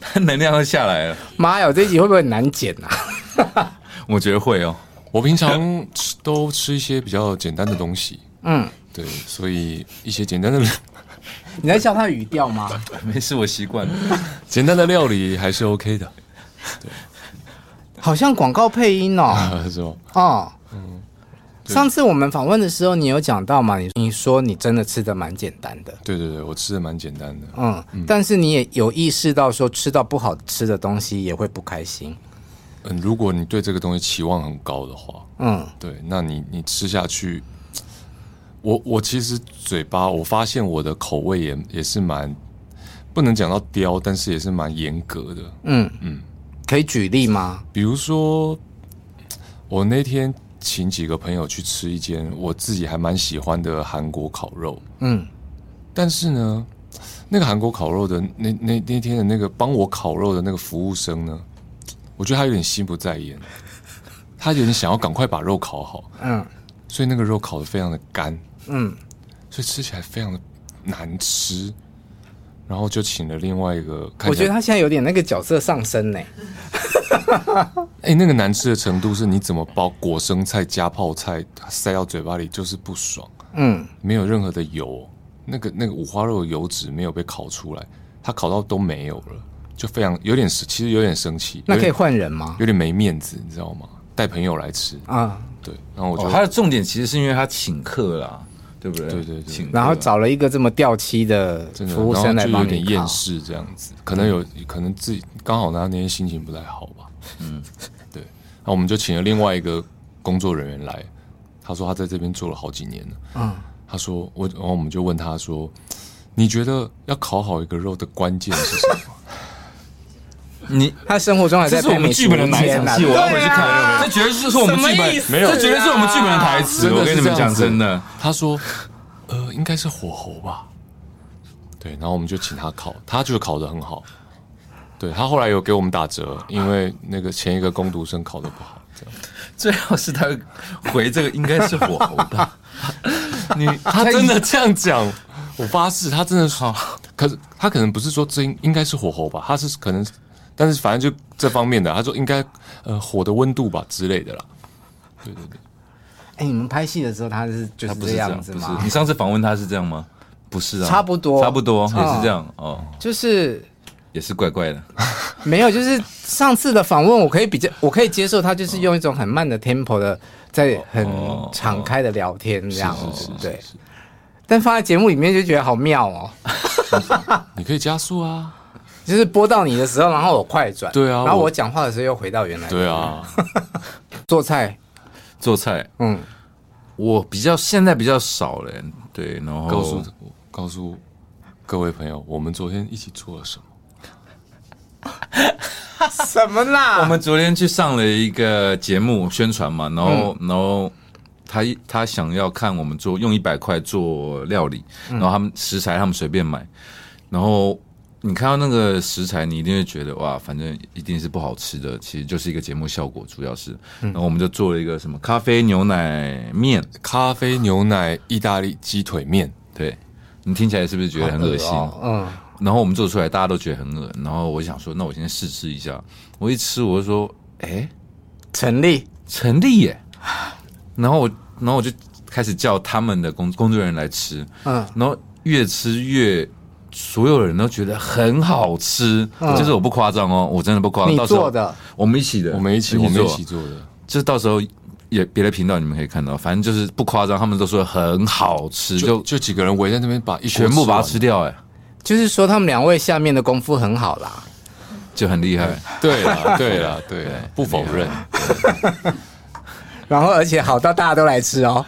[SPEAKER 6] 他能量要下来了，
[SPEAKER 2] 妈呀，这一集会不会很难剪啊？
[SPEAKER 6] 我觉得会哦。
[SPEAKER 3] 我平常吃都吃一些比较简单的东西，
[SPEAKER 2] 嗯，
[SPEAKER 3] 对，所以一些简单的
[SPEAKER 2] 你在笑他的语调吗？
[SPEAKER 6] 没事，我习惯了。
[SPEAKER 2] 哦
[SPEAKER 3] 简单的料理还是 OK 的，
[SPEAKER 2] 好像广告配音哦。
[SPEAKER 3] 啊，是吧？
[SPEAKER 2] 哦，上次我们访问的时候，你有讲到嘛？你你说你真的吃的蛮简单的，
[SPEAKER 3] 对对对，我吃的蛮简单的，
[SPEAKER 2] 嗯，但是你也有意识到说吃到不好吃的东西也会不开心。
[SPEAKER 3] 嗯，如果你对这个东西期望很高的话，
[SPEAKER 2] 嗯
[SPEAKER 3] 对，那你你吃下去，我我其实嘴巴我发现我的口味也也是蛮不能讲到刁，但是也是蛮严格的。
[SPEAKER 2] 嗯嗯，可以举例吗？
[SPEAKER 3] 比如说，我那天请几个朋友去吃一间我自己还蛮喜欢的韩国烤肉，
[SPEAKER 2] 嗯
[SPEAKER 3] 但是呢，那个韩国烤肉的那那那天的那个帮我烤肉的那个服务生呢，我觉得他有点心不在焉，他有点想要赶快把肉烤好，
[SPEAKER 2] 嗯
[SPEAKER 3] 所以那个肉烤得非常的干，
[SPEAKER 2] 嗯
[SPEAKER 3] 所以吃起来非常的难吃。然后就请了另外一个，看
[SPEAKER 2] 我觉
[SPEAKER 3] 起
[SPEAKER 2] 得
[SPEAKER 3] 来
[SPEAKER 2] 他现在有点那个角色上升呢。
[SPEAKER 3] 哎，那个难吃的程度是你怎么包裹生菜加泡菜塞到嘴巴里就是不爽，
[SPEAKER 2] 嗯
[SPEAKER 3] 没有任何的油，那个那个五花肉的油脂没有被烤出来，它烤到都没有了，就非常有点其实有点生气，
[SPEAKER 2] 那
[SPEAKER 3] 有
[SPEAKER 2] 可以
[SPEAKER 3] 点
[SPEAKER 2] 换人吗？
[SPEAKER 3] 有点没面子，你知道吗？带朋友来吃，
[SPEAKER 2] 啊，
[SPEAKER 3] 对，然后我就、
[SPEAKER 6] 哦，他的重点其实是因为他请客啦，对不对？
[SPEAKER 3] 对对对
[SPEAKER 6] 请客
[SPEAKER 2] 然后找了一个这么掉漆的
[SPEAKER 3] 真的，
[SPEAKER 2] 服务生
[SPEAKER 3] 然后
[SPEAKER 2] 来
[SPEAKER 3] 就有
[SPEAKER 2] 帮
[SPEAKER 3] 点
[SPEAKER 2] 你嗯
[SPEAKER 3] 厌
[SPEAKER 2] 烤。
[SPEAKER 3] 世这样子，可能有可能自己刚好那天心情不太好吧，嗯， 对，然后我们就请了另外一个工作人员来，他说他在这边做了好几年了，
[SPEAKER 2] 嗯
[SPEAKER 3] 他说我，然后我们就问他说，你觉得要烤好一个肉的关键是什么？
[SPEAKER 6] 你
[SPEAKER 2] 他生活中还在
[SPEAKER 6] 这是我
[SPEAKER 2] 拍
[SPEAKER 6] 们
[SPEAKER 2] 美
[SPEAKER 6] 剧
[SPEAKER 2] 食
[SPEAKER 6] 本的哪一
[SPEAKER 2] 间
[SPEAKER 6] 场
[SPEAKER 2] 啊
[SPEAKER 6] 戏？我要回
[SPEAKER 2] 对
[SPEAKER 6] 去
[SPEAKER 2] 啊
[SPEAKER 6] 看了。这绝对是我们剧
[SPEAKER 2] 什么意思
[SPEAKER 6] 本，
[SPEAKER 2] 没有
[SPEAKER 6] 这绝对是我们剧本的台词。
[SPEAKER 3] 真的是
[SPEAKER 6] 我跟你们
[SPEAKER 3] 这样
[SPEAKER 6] 讲，
[SPEAKER 3] 子
[SPEAKER 6] 真的，
[SPEAKER 3] 他说，呃，应该是火候吧，对，然后我们就请他烤，他就烤的很好，对他后来有给我们打折，因为那个前一个工读生烤的不好，这样。
[SPEAKER 6] 最好是他回这个应该是火候吧。 你
[SPEAKER 3] 他真的这样讲， 我发誓，他真的好。可是他可能不是说这应应该是火候吧，他是可能，但是反正就这方面的，他说应该呃火的温度吧之类的啦。对对对，
[SPEAKER 2] 哎，你们拍戏的时候他是就
[SPEAKER 6] 他
[SPEAKER 2] 是
[SPEAKER 6] 不
[SPEAKER 2] 这
[SPEAKER 6] 是这
[SPEAKER 2] 样
[SPEAKER 6] 样，
[SPEAKER 2] 子
[SPEAKER 6] 不是
[SPEAKER 2] 吗
[SPEAKER 6] 你？上次访问他是这样吗？不是啊，
[SPEAKER 2] 差不多
[SPEAKER 6] 差不多也是这样哦，
[SPEAKER 2] 就是
[SPEAKER 6] 也是怪怪的。
[SPEAKER 2] 没有，就是上次的访问，我可以比较，我可以接受他就是用一种很慢的 tempo 的，在很
[SPEAKER 6] 哦
[SPEAKER 2] 敞开的聊天这样子，对。但放在节目里面就觉得好妙哦，
[SPEAKER 3] 你可以加速啊，
[SPEAKER 2] 就是播到你的时候，然后我快转，
[SPEAKER 3] 对啊
[SPEAKER 2] 然后
[SPEAKER 3] 我
[SPEAKER 2] 我讲话的时候又回到原来。
[SPEAKER 3] 对啊，
[SPEAKER 2] 做菜，
[SPEAKER 6] 做菜
[SPEAKER 2] 嗯，
[SPEAKER 6] 我比较现在比较少了，对，然后
[SPEAKER 3] 告诉告诉各位朋友，我们昨天一起做了什么？
[SPEAKER 2] 什么啦？
[SPEAKER 6] 我们昨天去上了一个节目宣传嘛，然后、然后他他想要看我们做用一百块做料理，然后他们食材他们随便买，然后你看到那个食材，你一定会觉得哇，反正一定是不好吃的，其实就是一个节目效果，主要是，然后我们就做了一个什么咖啡牛奶面，
[SPEAKER 3] 咖啡、牛奶、意大利鸡腿面，
[SPEAKER 6] 对你听起来是不是觉得很恶心？
[SPEAKER 2] 嗯，
[SPEAKER 6] 然后我们做出来，大家都觉得很恶，然后我想说，那我先试吃一下，我一吃我就说，哎、
[SPEAKER 2] 成立，
[SPEAKER 6] 成立耶。然后我，然后我就开始叫他们的工工作人员来吃，
[SPEAKER 2] 嗯
[SPEAKER 6] 然后越吃越，所有人都觉得很好吃，就是我不夸张哦，我真的不夸
[SPEAKER 2] 嗯
[SPEAKER 6] 张。
[SPEAKER 2] 你
[SPEAKER 6] 到时候
[SPEAKER 2] 做的，
[SPEAKER 6] 我们一起的，
[SPEAKER 3] 我们一起，我们一起，做的。
[SPEAKER 6] 就是到时候也别的频道你们可以看到，反正就是不夸张，他们都说很好吃，
[SPEAKER 3] 就
[SPEAKER 6] 就
[SPEAKER 3] 就几个人围在那边把一锅
[SPEAKER 6] 全部把它
[SPEAKER 3] 完
[SPEAKER 6] 吃掉，哎，
[SPEAKER 2] 就是说他们两位下面的功夫很好啦。
[SPEAKER 6] 就很厉害。
[SPEAKER 3] 对啦，对啦，对啦，不否认。
[SPEAKER 2] 然后而且好到大家都来吃哦。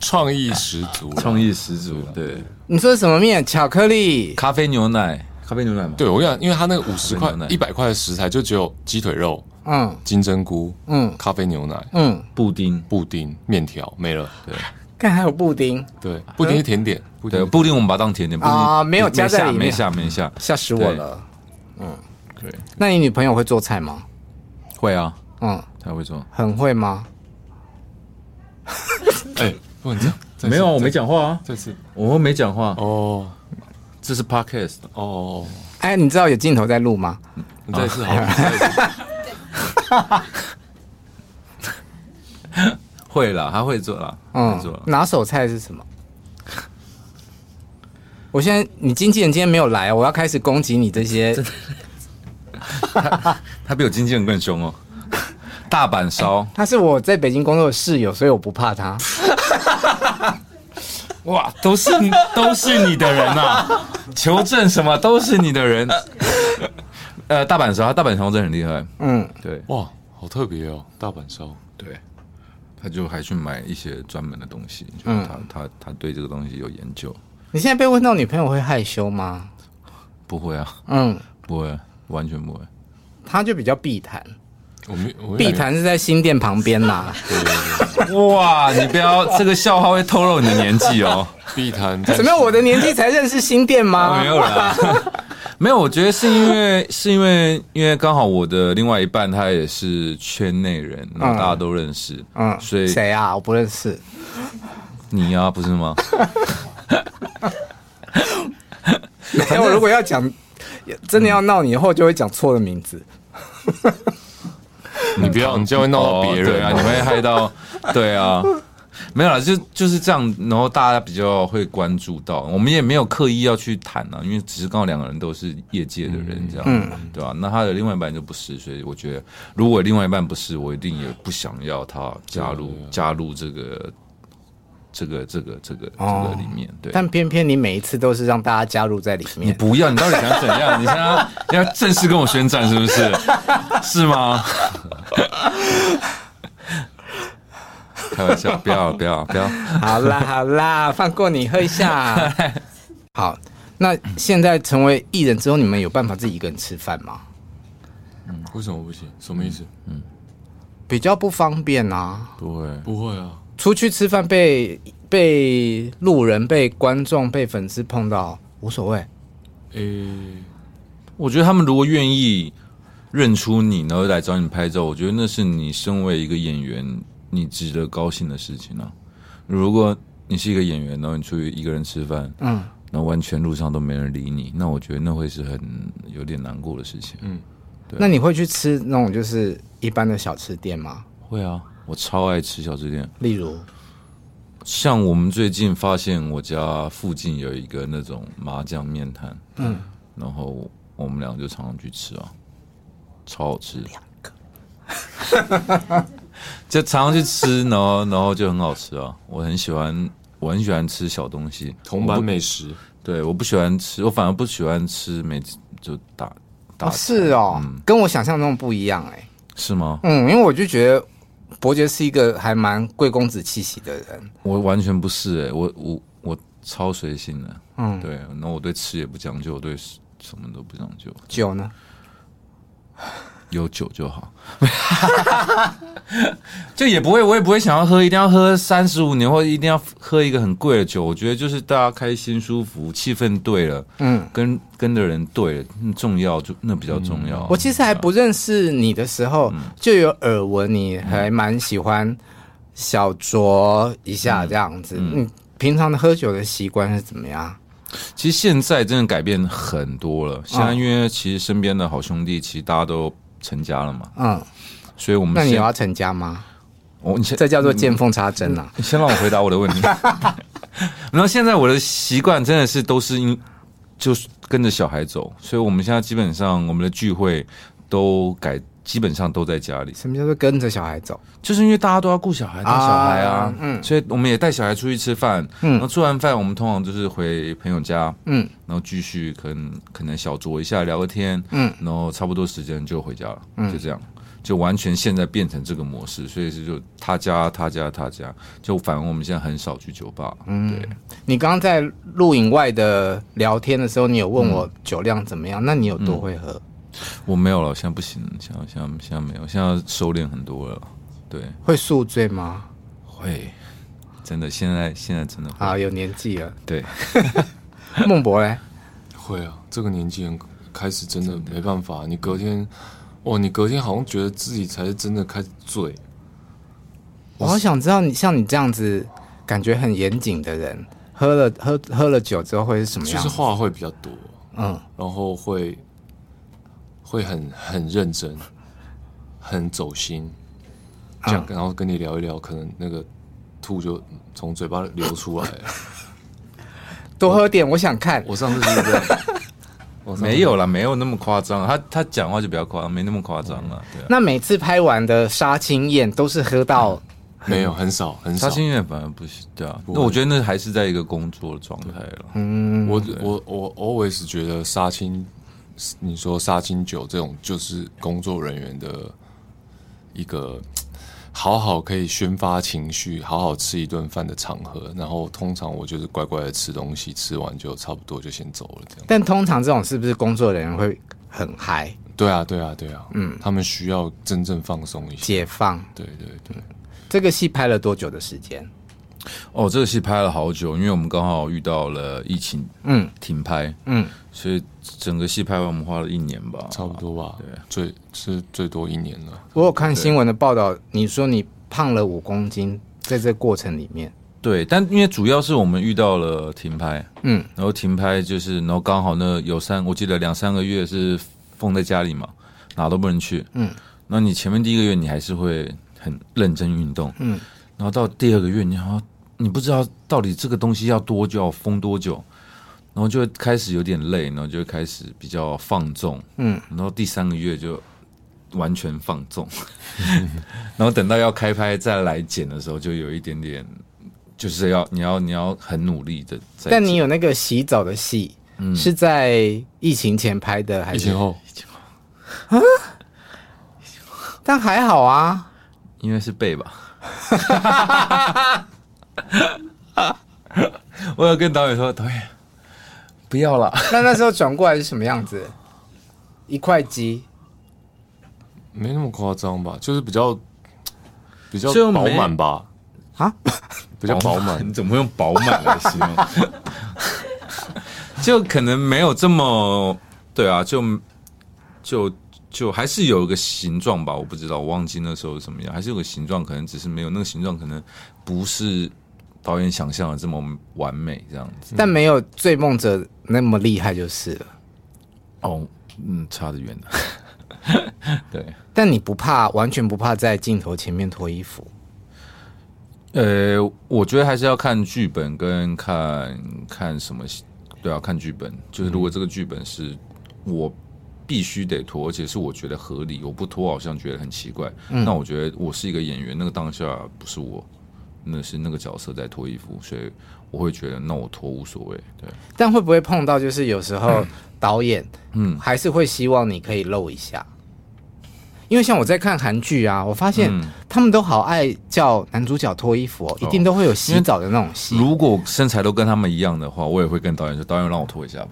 [SPEAKER 3] 创意十足啦，
[SPEAKER 6] 创意十足， 对，
[SPEAKER 2] 你说什么面？巧克力？
[SPEAKER 6] 咖啡牛奶，咖啡牛奶嘛，
[SPEAKER 3] 对我跟你讲，因为他那个五十块
[SPEAKER 6] 牛奶、
[SPEAKER 3] 一百块的食材，就只有鸡腿肉、
[SPEAKER 2] 嗯
[SPEAKER 3] 金针菇、
[SPEAKER 2] 嗯
[SPEAKER 3] 咖啡牛奶、
[SPEAKER 2] 嗯，
[SPEAKER 6] 布丁，
[SPEAKER 3] 布丁、面条，没了。对
[SPEAKER 2] 看还有布丁，
[SPEAKER 3] 对，布丁是甜点，布丁
[SPEAKER 6] 对，布丁我们把它当甜点，布丁
[SPEAKER 2] 啊没有加在里面
[SPEAKER 6] 没下没下，没
[SPEAKER 2] 吓
[SPEAKER 6] 下
[SPEAKER 2] 死我了。嗯，
[SPEAKER 6] 对。
[SPEAKER 2] 那你女朋友会做菜吗？
[SPEAKER 6] 会啊，
[SPEAKER 2] 嗯，
[SPEAKER 6] 他会做，
[SPEAKER 2] 很会吗？
[SPEAKER 3] 哎，不能这样，再次
[SPEAKER 6] 没有啊，我没，讲话啊，
[SPEAKER 3] 再次
[SPEAKER 6] 我们没讲话，
[SPEAKER 3] 哦
[SPEAKER 6] 这是 podcast，
[SPEAKER 3] 哦哦，
[SPEAKER 2] 哎，你知道有镜头在录吗？
[SPEAKER 3] 你再次好，再次
[SPEAKER 6] 会啦，他会做啦，会做
[SPEAKER 2] 嗯，拿手菜是什么？ 我现在你经纪人今天没有来，我要开始攻击你这些。
[SPEAKER 6] 他比我经纪人更凶哦， 大阪烧，
[SPEAKER 2] 他是我在北京工作的室友，所以我不怕他。
[SPEAKER 6] 哇，都是 啊 都是你的人呐，求证什么都是你的人，呃，大阪烧，他大阪烧真的很厉害。
[SPEAKER 2] 嗯，
[SPEAKER 6] 对
[SPEAKER 3] 哇，好特别哦，大阪烧。
[SPEAKER 6] 对，他就还去买一些专门的东西，就是他、他他对这个东西有研究。
[SPEAKER 2] 你现在被问到女朋友会害羞吗？
[SPEAKER 6] 不会啊，
[SPEAKER 2] 嗯，
[SPEAKER 6] 不会，完全不会。
[SPEAKER 2] 他就比较避谈，
[SPEAKER 3] 我没，我
[SPEAKER 2] 避谈是在新店旁边 啦。
[SPEAKER 6] 哇，你不要这个笑话会透露你的年纪哦。
[SPEAKER 3] 必谈
[SPEAKER 2] 怎么样？我的年纪才认识新店吗？
[SPEAKER 6] 没有啦， 没有。我觉得是因为是因为因为刚好我的另外一半他也是圈内人，然后大家都认识，
[SPEAKER 2] 嗯，
[SPEAKER 6] 所以
[SPEAKER 2] 谁啊？我不认识。
[SPEAKER 6] 你呀、不是吗？
[SPEAKER 2] 没哎有，如果要讲，真的要闹你以后，就会讲错的名字。
[SPEAKER 3] 你不要，你这样会闹到别
[SPEAKER 6] 哦对
[SPEAKER 3] 人
[SPEAKER 6] 啊，你会害 到，对啊，没有啦，就就是这样，然后大家比较会关注到，我们也没有刻意要去谈啊，因为只是刚好两个人都是业界的人，这样，对吧、那他的另外一半就不是，所以我觉得，如果另外一半不是，我一定也不想要他加入加入这个这个这个这个这个里面，对。
[SPEAKER 2] 但偏偏你每一次都是让大家加入在里
[SPEAKER 6] 你
[SPEAKER 2] 面。
[SPEAKER 6] 不要，你到底想怎样？你现在要正式跟我宣战是不 是？是吗？开玩笑，不要不要不 要！
[SPEAKER 2] 好啦好啦，放过你喝一 下。好，那现在成为艺人之后，你们有办法自己一个人吃饭吗？
[SPEAKER 3] 为什么不行？什么意思？
[SPEAKER 2] 比较不方便啊，
[SPEAKER 6] 不会，
[SPEAKER 3] 不会啊，
[SPEAKER 2] 出去吃饭被被路人、被观众、被粉丝碰到无所谓。
[SPEAKER 3] 诶，
[SPEAKER 6] 我觉得他们如果愿意认出你，然后来找你拍照，我觉得那是你身为一个演员，你值得高兴的事情啊。如果你是一个演员，然后你出去一个人吃饭，嗯，那完全路上都没人理你，那我觉得那会是很有点难过的事情。
[SPEAKER 2] 那你会去吃那种就是一般的小吃店吗？
[SPEAKER 6] 会啊，我超爱吃小吃店。
[SPEAKER 2] 例如，
[SPEAKER 6] 哦像我们最近发现我家附近有一个那种麻酱面摊，嗯，然后我们俩就常常去吃啊，超好吃。两个，就常常去吃，然后然后就很好吃啊。我很喜欢，我很喜欢吃小东西。
[SPEAKER 3] 铜板美食，
[SPEAKER 6] 对，我不喜欢吃，我反而不喜欢吃每次就打打、
[SPEAKER 2] 哦是哦，跟我想象中不一样哎、
[SPEAKER 6] 是吗？
[SPEAKER 2] 嗯，因为我就觉得伯爵是一个还蛮贵公子气息的人。
[SPEAKER 6] 我完全不是哎、我我我超随性的，嗯，对，然后我对吃也不讲究，我对什么都不讲究，
[SPEAKER 2] 酒呢？
[SPEAKER 6] 有酒就好， 就也不会，我也不会想要喝，一定要喝三十五年，或者一定要喝一个很贵的酒。我觉得就是大家开心舒服，气氛对了，嗯，跟跟的人对了，嗯重要就那比较重要。
[SPEAKER 2] 嗯我其实还不认识你的时候，就有耳闻你还蛮喜欢小酌一下这样子。嗯，平常的喝酒的习惯是怎么样？
[SPEAKER 6] 其实现在真的改变很多了，现在因为其实身边的好兄弟，其实大家都成家了嘛，
[SPEAKER 2] 嗯，
[SPEAKER 6] 所以我们
[SPEAKER 2] 那你
[SPEAKER 6] 现
[SPEAKER 2] 有要成家吗？
[SPEAKER 6] 我你先
[SPEAKER 2] 这叫做见缝插针啊！
[SPEAKER 6] 你先让我回答我的问题。然后现在我的习惯真的是都是因就是跟着小孩走，所以我们现在基本上我们的聚会都改，基本上都在家里，
[SPEAKER 2] 什么叫做跟着小孩走？
[SPEAKER 6] 就是因为大家都要顾小孩、带小孩啊，嗯，所以我们也带小孩出去吃饭，嗯，然后吃完饭我们通常就是回朋友家，
[SPEAKER 2] 嗯，
[SPEAKER 6] 然后继续可能可能小酌一下，聊个天，嗯，然后差不多时间就回家了，就这样。就完全现在变成这个模式，所以是就他家他家他家，就反而我们现在很少去酒吧，嗯，对，
[SPEAKER 2] 你刚刚在录影外的聊天的时候，你有问我酒量怎么样？那你有多会喝？
[SPEAKER 6] 我没有了，现在不行，现在现在现在没有，现在收敛很多了，对，
[SPEAKER 2] 会宿醉吗？
[SPEAKER 6] 会，真的现在现在真的会，
[SPEAKER 2] 啊，有年纪了。
[SPEAKER 6] 对，
[SPEAKER 2] 孟博嘞，
[SPEAKER 3] 会啊，这个年纪人开始真的没办法，你隔天，哇，你隔天好像觉得自己才是真的开始醉，
[SPEAKER 2] 我好想知道你像你这样子感觉很严谨的人，喝了喝喝了酒之后会是什么
[SPEAKER 3] 就
[SPEAKER 2] 样
[SPEAKER 3] 是
[SPEAKER 2] 子？
[SPEAKER 3] 话会比较多，
[SPEAKER 2] 嗯，
[SPEAKER 3] 然后会会很很认真，很走心，这样，然后跟你聊一聊，可能那个吐就从嘴巴流出来了。
[SPEAKER 2] 多喝点，我想看。
[SPEAKER 3] 我上次就是这样，我上次
[SPEAKER 6] 没有啦，没有那么夸张，啊他他讲话就比较夸张，没那么夸张
[SPEAKER 3] 嗯
[SPEAKER 6] 了，对啊。
[SPEAKER 2] 那每次拍完的杀青宴都是喝
[SPEAKER 3] 嗯
[SPEAKER 2] 到
[SPEAKER 3] 没有很少很少
[SPEAKER 6] 杀。青宴反而不行，对啊，
[SPEAKER 3] 会
[SPEAKER 6] 那我觉得那还是在一个工作的状态了。
[SPEAKER 3] 我我我 always 觉得杀青你说杀青酒这种，就是工作人员的一个好好可以宣发情绪、好好吃一顿饭的场合。然后通常我就是乖乖的吃东西，吃完就差不多就先走了，这样。
[SPEAKER 2] 但通常这种是不是工作人员会很嗨
[SPEAKER 3] 对啊，对啊，对啊，嗯，他们需要真正放松一下。
[SPEAKER 2] 解放？
[SPEAKER 3] 对对对，
[SPEAKER 2] 这个戏拍了多久的时间？
[SPEAKER 6] 哦，这个戏拍了好久，因为我们刚好遇到了疫情，
[SPEAKER 2] 嗯
[SPEAKER 6] 停拍，
[SPEAKER 2] 嗯，
[SPEAKER 6] 所以整个戏拍完我们花了一年吧，
[SPEAKER 3] 差不多吧，最是最多一年了。
[SPEAKER 2] 我有看新闻的报道，你说你胖了五公斤，在这过程里面，
[SPEAKER 6] 对，但因为主要是我们遇到了停拍，
[SPEAKER 2] 嗯，
[SPEAKER 6] 然后停拍就是，然后刚好那有三，我记得两三个月是封在家里嘛，哪都不能去，嗯，那你前面第一个月你还是会很认真运动，嗯，然后到第二个月你好像你不知道到底这个东西要多久，要封多久，然后就会开始有点累，然后就会开始比较放纵，嗯，然后第三个月就完全放纵， 然后等到要开拍再来剪的时候，就有一点点。就是要你要你要很努力的，
[SPEAKER 2] 但你有那个洗澡的戏，是在疫情前拍的还
[SPEAKER 3] 嗯疫
[SPEAKER 2] 是
[SPEAKER 3] 情？后，
[SPEAKER 2] 但还好啊，
[SPEAKER 6] 因为是背吧。 我有跟导演说，导演不要了，
[SPEAKER 2] 那那时候转过来是什么样子？一块肌，
[SPEAKER 3] 没那么夸张吧，就是比较比较
[SPEAKER 6] 就没
[SPEAKER 3] 饱满吧，
[SPEAKER 2] 啊，
[SPEAKER 3] 比较饱满
[SPEAKER 6] 你。怎么会用饱满来形容？ 就可能没有这么对啊，就就就还是有一个形状吧，我不知道，我忘记那时候是什么样，还是有个形状，可能只是没有那个形状，可能不是导演想象的这么完美这样子。
[SPEAKER 2] 但没有醉梦者那么厉害就是了。
[SPEAKER 6] 哦，嗯，差得远了。 对，
[SPEAKER 2] 但你不怕，完全不怕在镜头前面脱衣服。
[SPEAKER 6] 呃，我觉得还是要看剧本跟看看什么戏，对啊，看剧本。就是如果这个剧本是我必须得脱，而且是我觉得合理，我不脱好像觉得很奇怪。那我觉得我是一个演员，那个当下不是我，那是那个角色在脱衣服，所以我会觉得那我脱无所谓。对，
[SPEAKER 2] 但会不会碰到，就是有时候导演，嗯，还是会希望你可以露一下，因为像我在看韩剧啊，我发现
[SPEAKER 3] 嗯
[SPEAKER 2] 他们都好爱叫男主角脱衣服、哦，一定都会有洗澡的那种戏，
[SPEAKER 6] 如果身材都跟他们一样的话，我也会跟导演说，导演让我脱一下吧。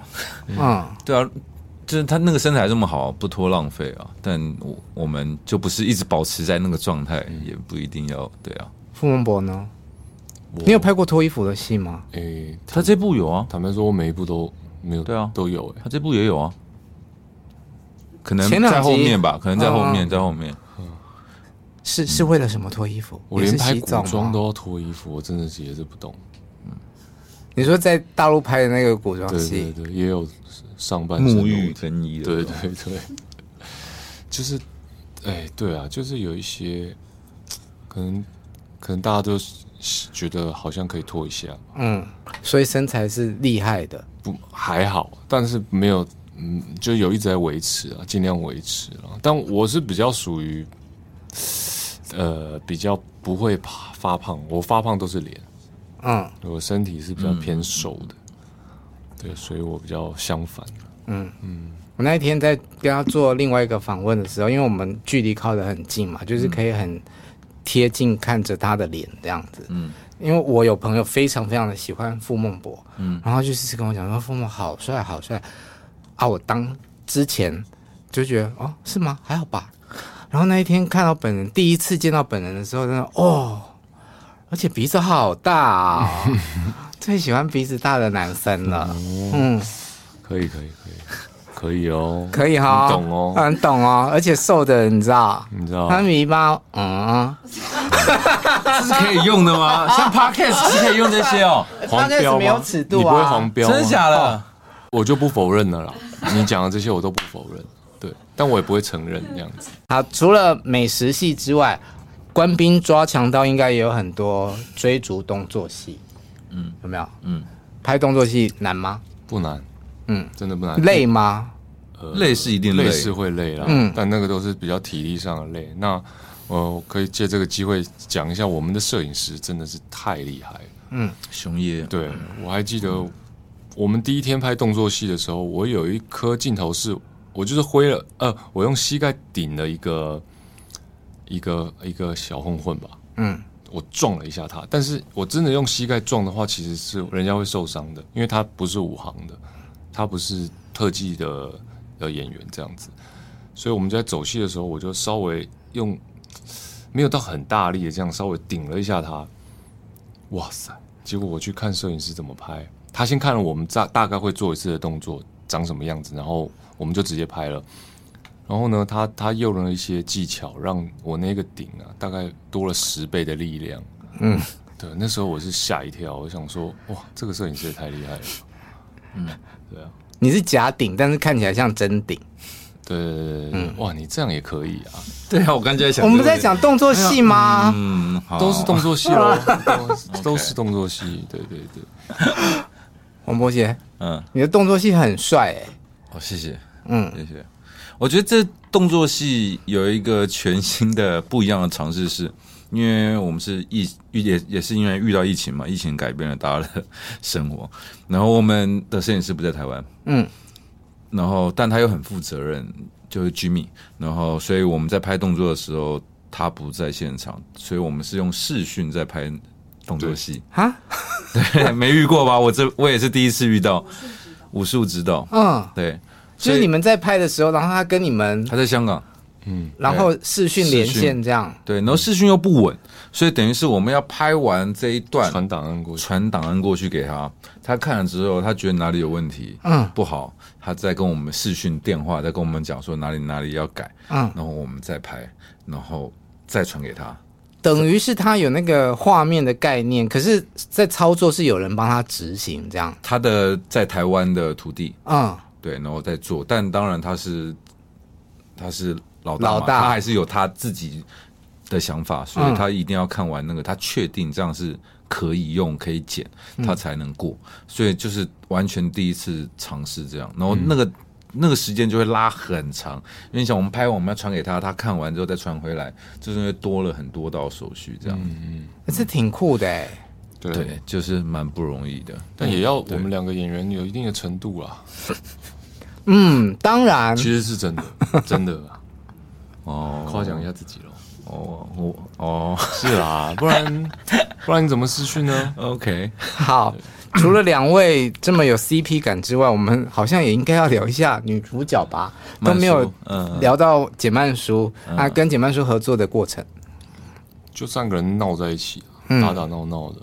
[SPEAKER 2] 嗯，
[SPEAKER 6] 对啊，就是他那个身材这么好，不脱浪费啊。但我我们就不是一直保持在那个状态，也不一定要对啊。
[SPEAKER 2] 傅孟博呢？你有拍过脱衣服的戏吗？
[SPEAKER 3] 诶、
[SPEAKER 6] 他这部有啊，
[SPEAKER 3] 坦白说，我每一部都没有，
[SPEAKER 6] 对啊
[SPEAKER 3] 都有诶、欸
[SPEAKER 6] 他这部也有啊。可能
[SPEAKER 2] 前两集
[SPEAKER 6] 在后面吧，可能在后面，
[SPEAKER 2] 嗯
[SPEAKER 6] 在后面。
[SPEAKER 2] 是是为了什么脱衣服？
[SPEAKER 3] 嗯我连
[SPEAKER 2] 也是
[SPEAKER 3] 拍
[SPEAKER 2] 洗
[SPEAKER 3] 古
[SPEAKER 2] 澡吗
[SPEAKER 3] 装都要脱衣服，我真的是也是不懂。
[SPEAKER 2] 你说在大陆拍的那个古装
[SPEAKER 3] 对对
[SPEAKER 2] 戏，
[SPEAKER 3] 对，也有上半身
[SPEAKER 6] 沐
[SPEAKER 3] 的
[SPEAKER 6] 浴
[SPEAKER 3] 问题
[SPEAKER 6] 更衣的，
[SPEAKER 3] 对对对，就是，哎，对啊，就是有一些，可能可能大家都是觉得好像可以脱一下，
[SPEAKER 2] 嗯，所以身材是厉害的。
[SPEAKER 3] 不还好，但是没有，嗯，就有一直在维持啊，尽量维持啊。但我是比较属于，呃，比较不会怕发胖，我发胖都是脸，
[SPEAKER 2] 嗯，
[SPEAKER 3] 我身体是比较偏瘦的，对，所以我比较相反。
[SPEAKER 2] 我那一天在跟他做另外一个访问的时候，因为我们距离靠得很近嘛，就是可以很贴近看着他的脸这样子。嗯，因为我有朋友非常非常的喜欢傅孟博，嗯，然后就是跟我讲说傅孟好帅好帅啊！我当之前就觉得哦是吗？还好吧。然后那一天看到本人，第一次见到本人的时候，真的哦，而且鼻子好大、 哦，最喜欢鼻子大的男生了。嗯，
[SPEAKER 3] 可以，可以，可以，可以哦，
[SPEAKER 2] 可以哈，
[SPEAKER 3] 你懂哦，
[SPEAKER 2] 很懂哦，而且瘦的你知道，
[SPEAKER 3] 你知道
[SPEAKER 2] 他米包，嗯，
[SPEAKER 6] 这是可以用的 吗？像 podcast 是可以用这些哦，
[SPEAKER 2] 刚
[SPEAKER 3] 黄
[SPEAKER 2] 开始
[SPEAKER 3] 标吗？
[SPEAKER 2] 没有尺度啊
[SPEAKER 3] 你不会黄标
[SPEAKER 6] 真
[SPEAKER 3] 吗？
[SPEAKER 6] 的假的？
[SPEAKER 3] 我就不否认了啦。你讲的这些我都不否认，对，但我也不会承认这样子。
[SPEAKER 2] 好，除了美食戏之外，官兵抓强盗应该也有很多追逐动作戏，嗯，有没有？嗯，拍动作戏难吗？
[SPEAKER 3] 不难，
[SPEAKER 2] 嗯，
[SPEAKER 3] 真的不难。
[SPEAKER 2] 累吗？嗯
[SPEAKER 6] 累是一定累
[SPEAKER 3] 累是会累啦，但那个都是比较体力上的累。那呃，我可以借这个机会讲一下，我们的摄影师真的是太厉害了。
[SPEAKER 6] 熊爷，
[SPEAKER 3] 对我还记得我们第一天拍动作戏的时候，我有一颗镜头是我就是挥了，呃，我用膝盖顶了一个一个一个小混混吧，
[SPEAKER 2] 嗯，
[SPEAKER 3] 我撞了一下他，但是我真的用膝盖撞的话，其实是人家会受伤的，因为他不是武行的，他不是特技的的演员这样子，所以我们在走戏的时候，我就稍微用没有到很大力的这样稍微顶了一下他，哇塞！结果我去看摄影师怎么拍，他先看了我们大大概会做一次的动作长什么样子，然后我们就直接拍了。然后呢，他他用了一些技巧，让我那个顶啊，大概多了十倍的力量。
[SPEAKER 2] 嗯，
[SPEAKER 3] 对，那时候我是吓一跳，我想说，哇，这个摄影师也太厉害了。嗯，对啊，
[SPEAKER 2] 你是假顶，但是看起来像真顶。
[SPEAKER 3] 对对对对对，哇，你这样也可以啊，
[SPEAKER 6] 对啊，我刚才在想，
[SPEAKER 2] 我们不在，讲动作戏吗？
[SPEAKER 6] 嗯，好，
[SPEAKER 3] 都是动作戏哦，都是都是动作戏，对对对。
[SPEAKER 2] 王伯杰，
[SPEAKER 6] 嗯，
[SPEAKER 2] 你的动作戏很帅哎、
[SPEAKER 6] 哦，谢谢，
[SPEAKER 2] 嗯
[SPEAKER 6] 谢谢。我觉得这动作戏有一个全新的、不一样的尝试是，因为我们是疫遇也也是因为遇到疫情嘛，疫情改变了大家的 生活。然后我们的摄影师不在台湾，
[SPEAKER 2] 嗯，
[SPEAKER 6] 然后但他又很负责任，就是 Jimmy。然后所以我们在拍动作的时候，他不在现场，所以我们是用视讯在拍动作戏。
[SPEAKER 2] 啊，
[SPEAKER 6] 对， 没遇过吧？我这我也是第一次遇到武术指导，
[SPEAKER 2] 嗯，
[SPEAKER 6] 对，
[SPEAKER 2] 就
[SPEAKER 6] 所以
[SPEAKER 2] 是你们在拍的时候，然后他跟你们，
[SPEAKER 6] 他在香港。
[SPEAKER 2] 然后视讯连线这样，
[SPEAKER 6] 对，然后视讯又不稳，所以等于是我们要拍完这一段，
[SPEAKER 3] 传档案过去。
[SPEAKER 6] 传档案过去给他，他看了之后，他觉得哪里有问题，
[SPEAKER 2] 嗯
[SPEAKER 6] 不好，他再跟我们视讯电话，再跟我们讲说哪里哪里要改，
[SPEAKER 2] 嗯，
[SPEAKER 6] 然后我们再拍，然后再传给他。
[SPEAKER 2] 等于是他有那个画面的概念，可是，在操作是有人帮他执行这样，
[SPEAKER 6] 他的在台湾的徒弟，
[SPEAKER 2] 嗯，
[SPEAKER 6] 对，然后再做，但当然他是他是老大嘛，
[SPEAKER 2] 老大嗯
[SPEAKER 6] 他还是有他自己的想法，所以他一定要看完那个，他确定这样是可以用、可以剪，
[SPEAKER 2] 嗯
[SPEAKER 6] 他才能过。所以就是完全第一次尝试这样，然
[SPEAKER 2] 嗯
[SPEAKER 6] 后那个、那个时间就会拉很长，因为你想我们拍完我们要传给他，他看完之后再传回来，就是因为多了很多道手续这样，
[SPEAKER 2] 嗯是挺酷的哎、
[SPEAKER 3] 对，
[SPEAKER 6] 对，就是蛮不容易的。
[SPEAKER 3] 但也要我们两个演员有一定的程度啊啦。
[SPEAKER 2] 嗯，当然
[SPEAKER 3] 其，实是 真的，真的啊，
[SPEAKER 6] 哦
[SPEAKER 3] 夸奖一下自己喽。
[SPEAKER 6] 哦，我哦
[SPEAKER 3] 是啦，不 然不然你怎么失去呢？
[SPEAKER 6] ，OK，
[SPEAKER 2] 好。除了两位这么有 CP 感之外，我们好像也应该要聊一下女主角吧，都没有
[SPEAKER 6] 嗯嗯
[SPEAKER 2] 聊到简曼书、
[SPEAKER 3] 嗯
[SPEAKER 2] 啊，跟简曼书合作的过程。
[SPEAKER 3] 就三个人闹在一起，打打闹闹的。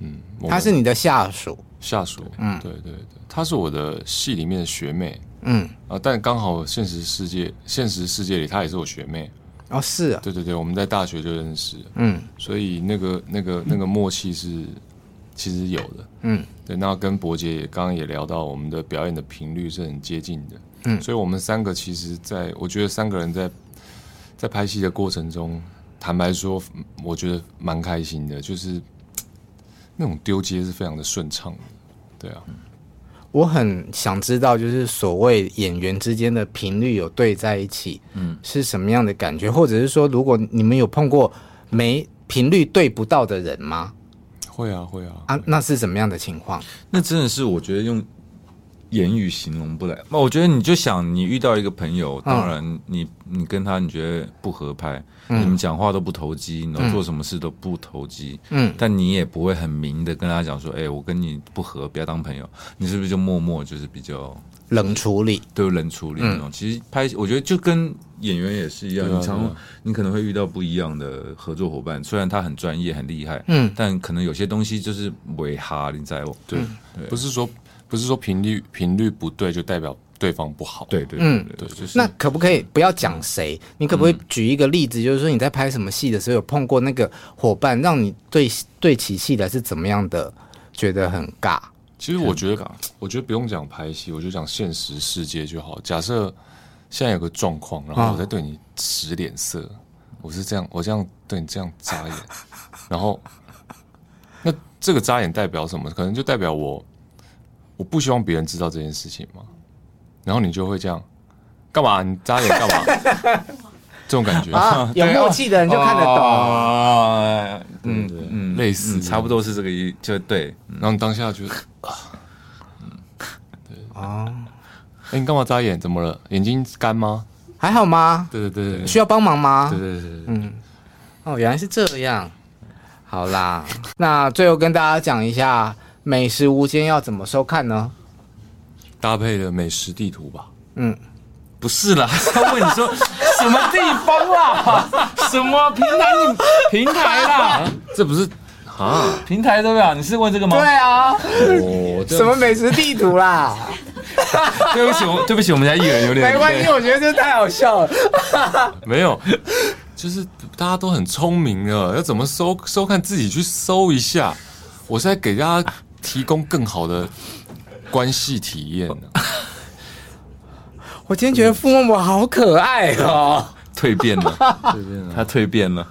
[SPEAKER 3] 嗯，我们
[SPEAKER 2] 她是你的下属，
[SPEAKER 3] 下属，嗯，对对对，她是我的戏里面的学妹
[SPEAKER 2] 嗯，
[SPEAKER 3] 啊，但刚好现实世界现实世界里她也是我学妹。
[SPEAKER 2] 哦，是啊，
[SPEAKER 3] 对对对，我们在大学就认识了，
[SPEAKER 2] 嗯
[SPEAKER 3] 所以那个那个那个默契是其实有的。
[SPEAKER 2] 嗯
[SPEAKER 3] 对，那跟伯杰也刚刚也聊到，我们的表演的频率是很接近的，
[SPEAKER 2] 嗯
[SPEAKER 3] 所以我们三个其实在，我觉得三个人在在拍戏的过程中，坦白说，嗯我觉得蛮开心的，就是嘖那种丢接是非常的顺畅的，对啊，
[SPEAKER 2] 我很想知道，就是所谓演员之间的频率有对在一起，嗯，是什么样的感觉？或者是说，如果你们有碰过没频率对不到的人吗？
[SPEAKER 3] 会啊会啊，
[SPEAKER 2] 啊，那是怎么样的情况？
[SPEAKER 6] 那真的是我觉得用言语形容不来。那我觉得你就想，你遇到一个朋
[SPEAKER 3] 嗯
[SPEAKER 6] 友，当然你你跟他你觉得不合拍，
[SPEAKER 3] 嗯
[SPEAKER 6] 你们讲话都不投机，然后做什么事都不投机，
[SPEAKER 2] 嗯，
[SPEAKER 6] 但你也不会很明的跟他讲说，哎、我跟你不合，不要当朋友。你是不是就默默就是比较
[SPEAKER 2] 冷处理，
[SPEAKER 6] 对人处理那种？其实拍，我觉得就跟演员也是一样，
[SPEAKER 3] 嗯对啊
[SPEAKER 6] 你常
[SPEAKER 3] 对啊
[SPEAKER 6] 你可能会遇到不一样的合作伙伴，虽然他很专业很厉害，
[SPEAKER 2] 嗯
[SPEAKER 6] 但可能有些东西就是违哈，你在我对
[SPEAKER 2] 啊
[SPEAKER 3] 不是说不是说频率频率不对就代表对方不好，
[SPEAKER 6] 对对
[SPEAKER 2] 嗯
[SPEAKER 6] 对对，就是
[SPEAKER 2] 那可不可以不要讲谁？你可不可以举一个例子，就是说你在拍什么戏的时候有碰过那个伙伴，让你对对起戏来是怎么样的，觉得很尬？
[SPEAKER 3] 其实我觉
[SPEAKER 6] 尴尬
[SPEAKER 3] 得，我觉得不用讲拍戏，我就讲现实世界就好。假设现在有个状况，然后我在对你使脸色，我是这样，我这样对你这样眨眼，然后那这个眨眼代表什么？可能就代表我我不希望别人知道这件事情嘛。然后你就会这样，干嘛？你眨眼干嘛？这种感觉，
[SPEAKER 2] 啊，有默契的人就看得懂。
[SPEAKER 6] 哦嗯
[SPEAKER 3] 对
[SPEAKER 6] 嗯，
[SPEAKER 3] 类似
[SPEAKER 6] 嗯差不多是这个意，就对，
[SPEAKER 3] 然后你当下就，啊，对，哎、你干嘛眨眼？怎么了？眼睛干吗？
[SPEAKER 2] 还好吗？
[SPEAKER 3] 对对对对，
[SPEAKER 2] 需要帮忙吗？
[SPEAKER 3] 对对对对，嗯，
[SPEAKER 2] 哦，原来是这样。好啦，那最后跟大家讲一下美食无间要怎么收看呢？
[SPEAKER 3] 搭配的美食地图吧。
[SPEAKER 2] 嗯
[SPEAKER 6] 不 是啦，他问你说
[SPEAKER 2] 什么地方啦？什么平台？
[SPEAKER 6] 平台啦，这不是
[SPEAKER 3] 啊，
[SPEAKER 6] 平台对吧？你是问这个吗？
[SPEAKER 2] 对啊，
[SPEAKER 6] 哦，对
[SPEAKER 2] 什么美食地图啦？
[SPEAKER 6] 对不起，我对不起，我们家艺 人有点
[SPEAKER 2] 没关系，我觉得这太好笑了。
[SPEAKER 3] 没有，就是大家都很聪明了，要怎么搜搜看自己去搜一下。我是在给大家提供更好的关系体验呢、
[SPEAKER 2] 我今天觉得傅默默好可爱哦。
[SPEAKER 6] 蜕变了，他蜕变了，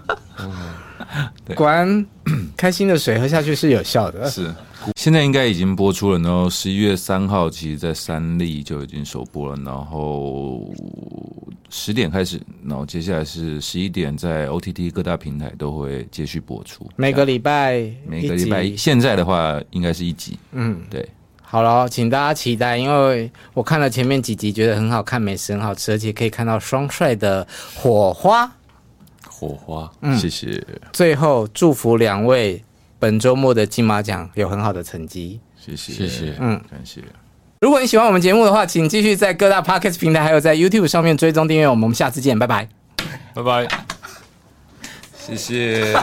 [SPEAKER 2] 果然，开心的水喝下去是有效的。
[SPEAKER 6] 是。现在应该已经播出了，然后十一月三号，其实在三立就已经首播了，然后十点开始，然后接下来是十一点，在 OTT 各大平台都会接续播出。
[SPEAKER 2] 每个礼拜，
[SPEAKER 6] 每个礼拜一，现在的话应该是一集，
[SPEAKER 2] 嗯，
[SPEAKER 6] 对，
[SPEAKER 2] 好了，请大家期待，因为我看了前面几集，觉得很好看，美食很好吃，而且可以看到双帅的火花。
[SPEAKER 3] 火花，
[SPEAKER 6] 嗯谢谢，
[SPEAKER 2] 最后，祝福两位本周末的金马奖有很好的成绩。
[SPEAKER 6] 谢谢，
[SPEAKER 3] 谢谢
[SPEAKER 6] 嗯，感谢，
[SPEAKER 2] 如果你喜欢我们节目的话，请继续在各大 podcast 平台还有在 YouTube 上面追踪订阅我们。我们下次见，拜拜。
[SPEAKER 3] 拜拜。
[SPEAKER 6] 谢谢。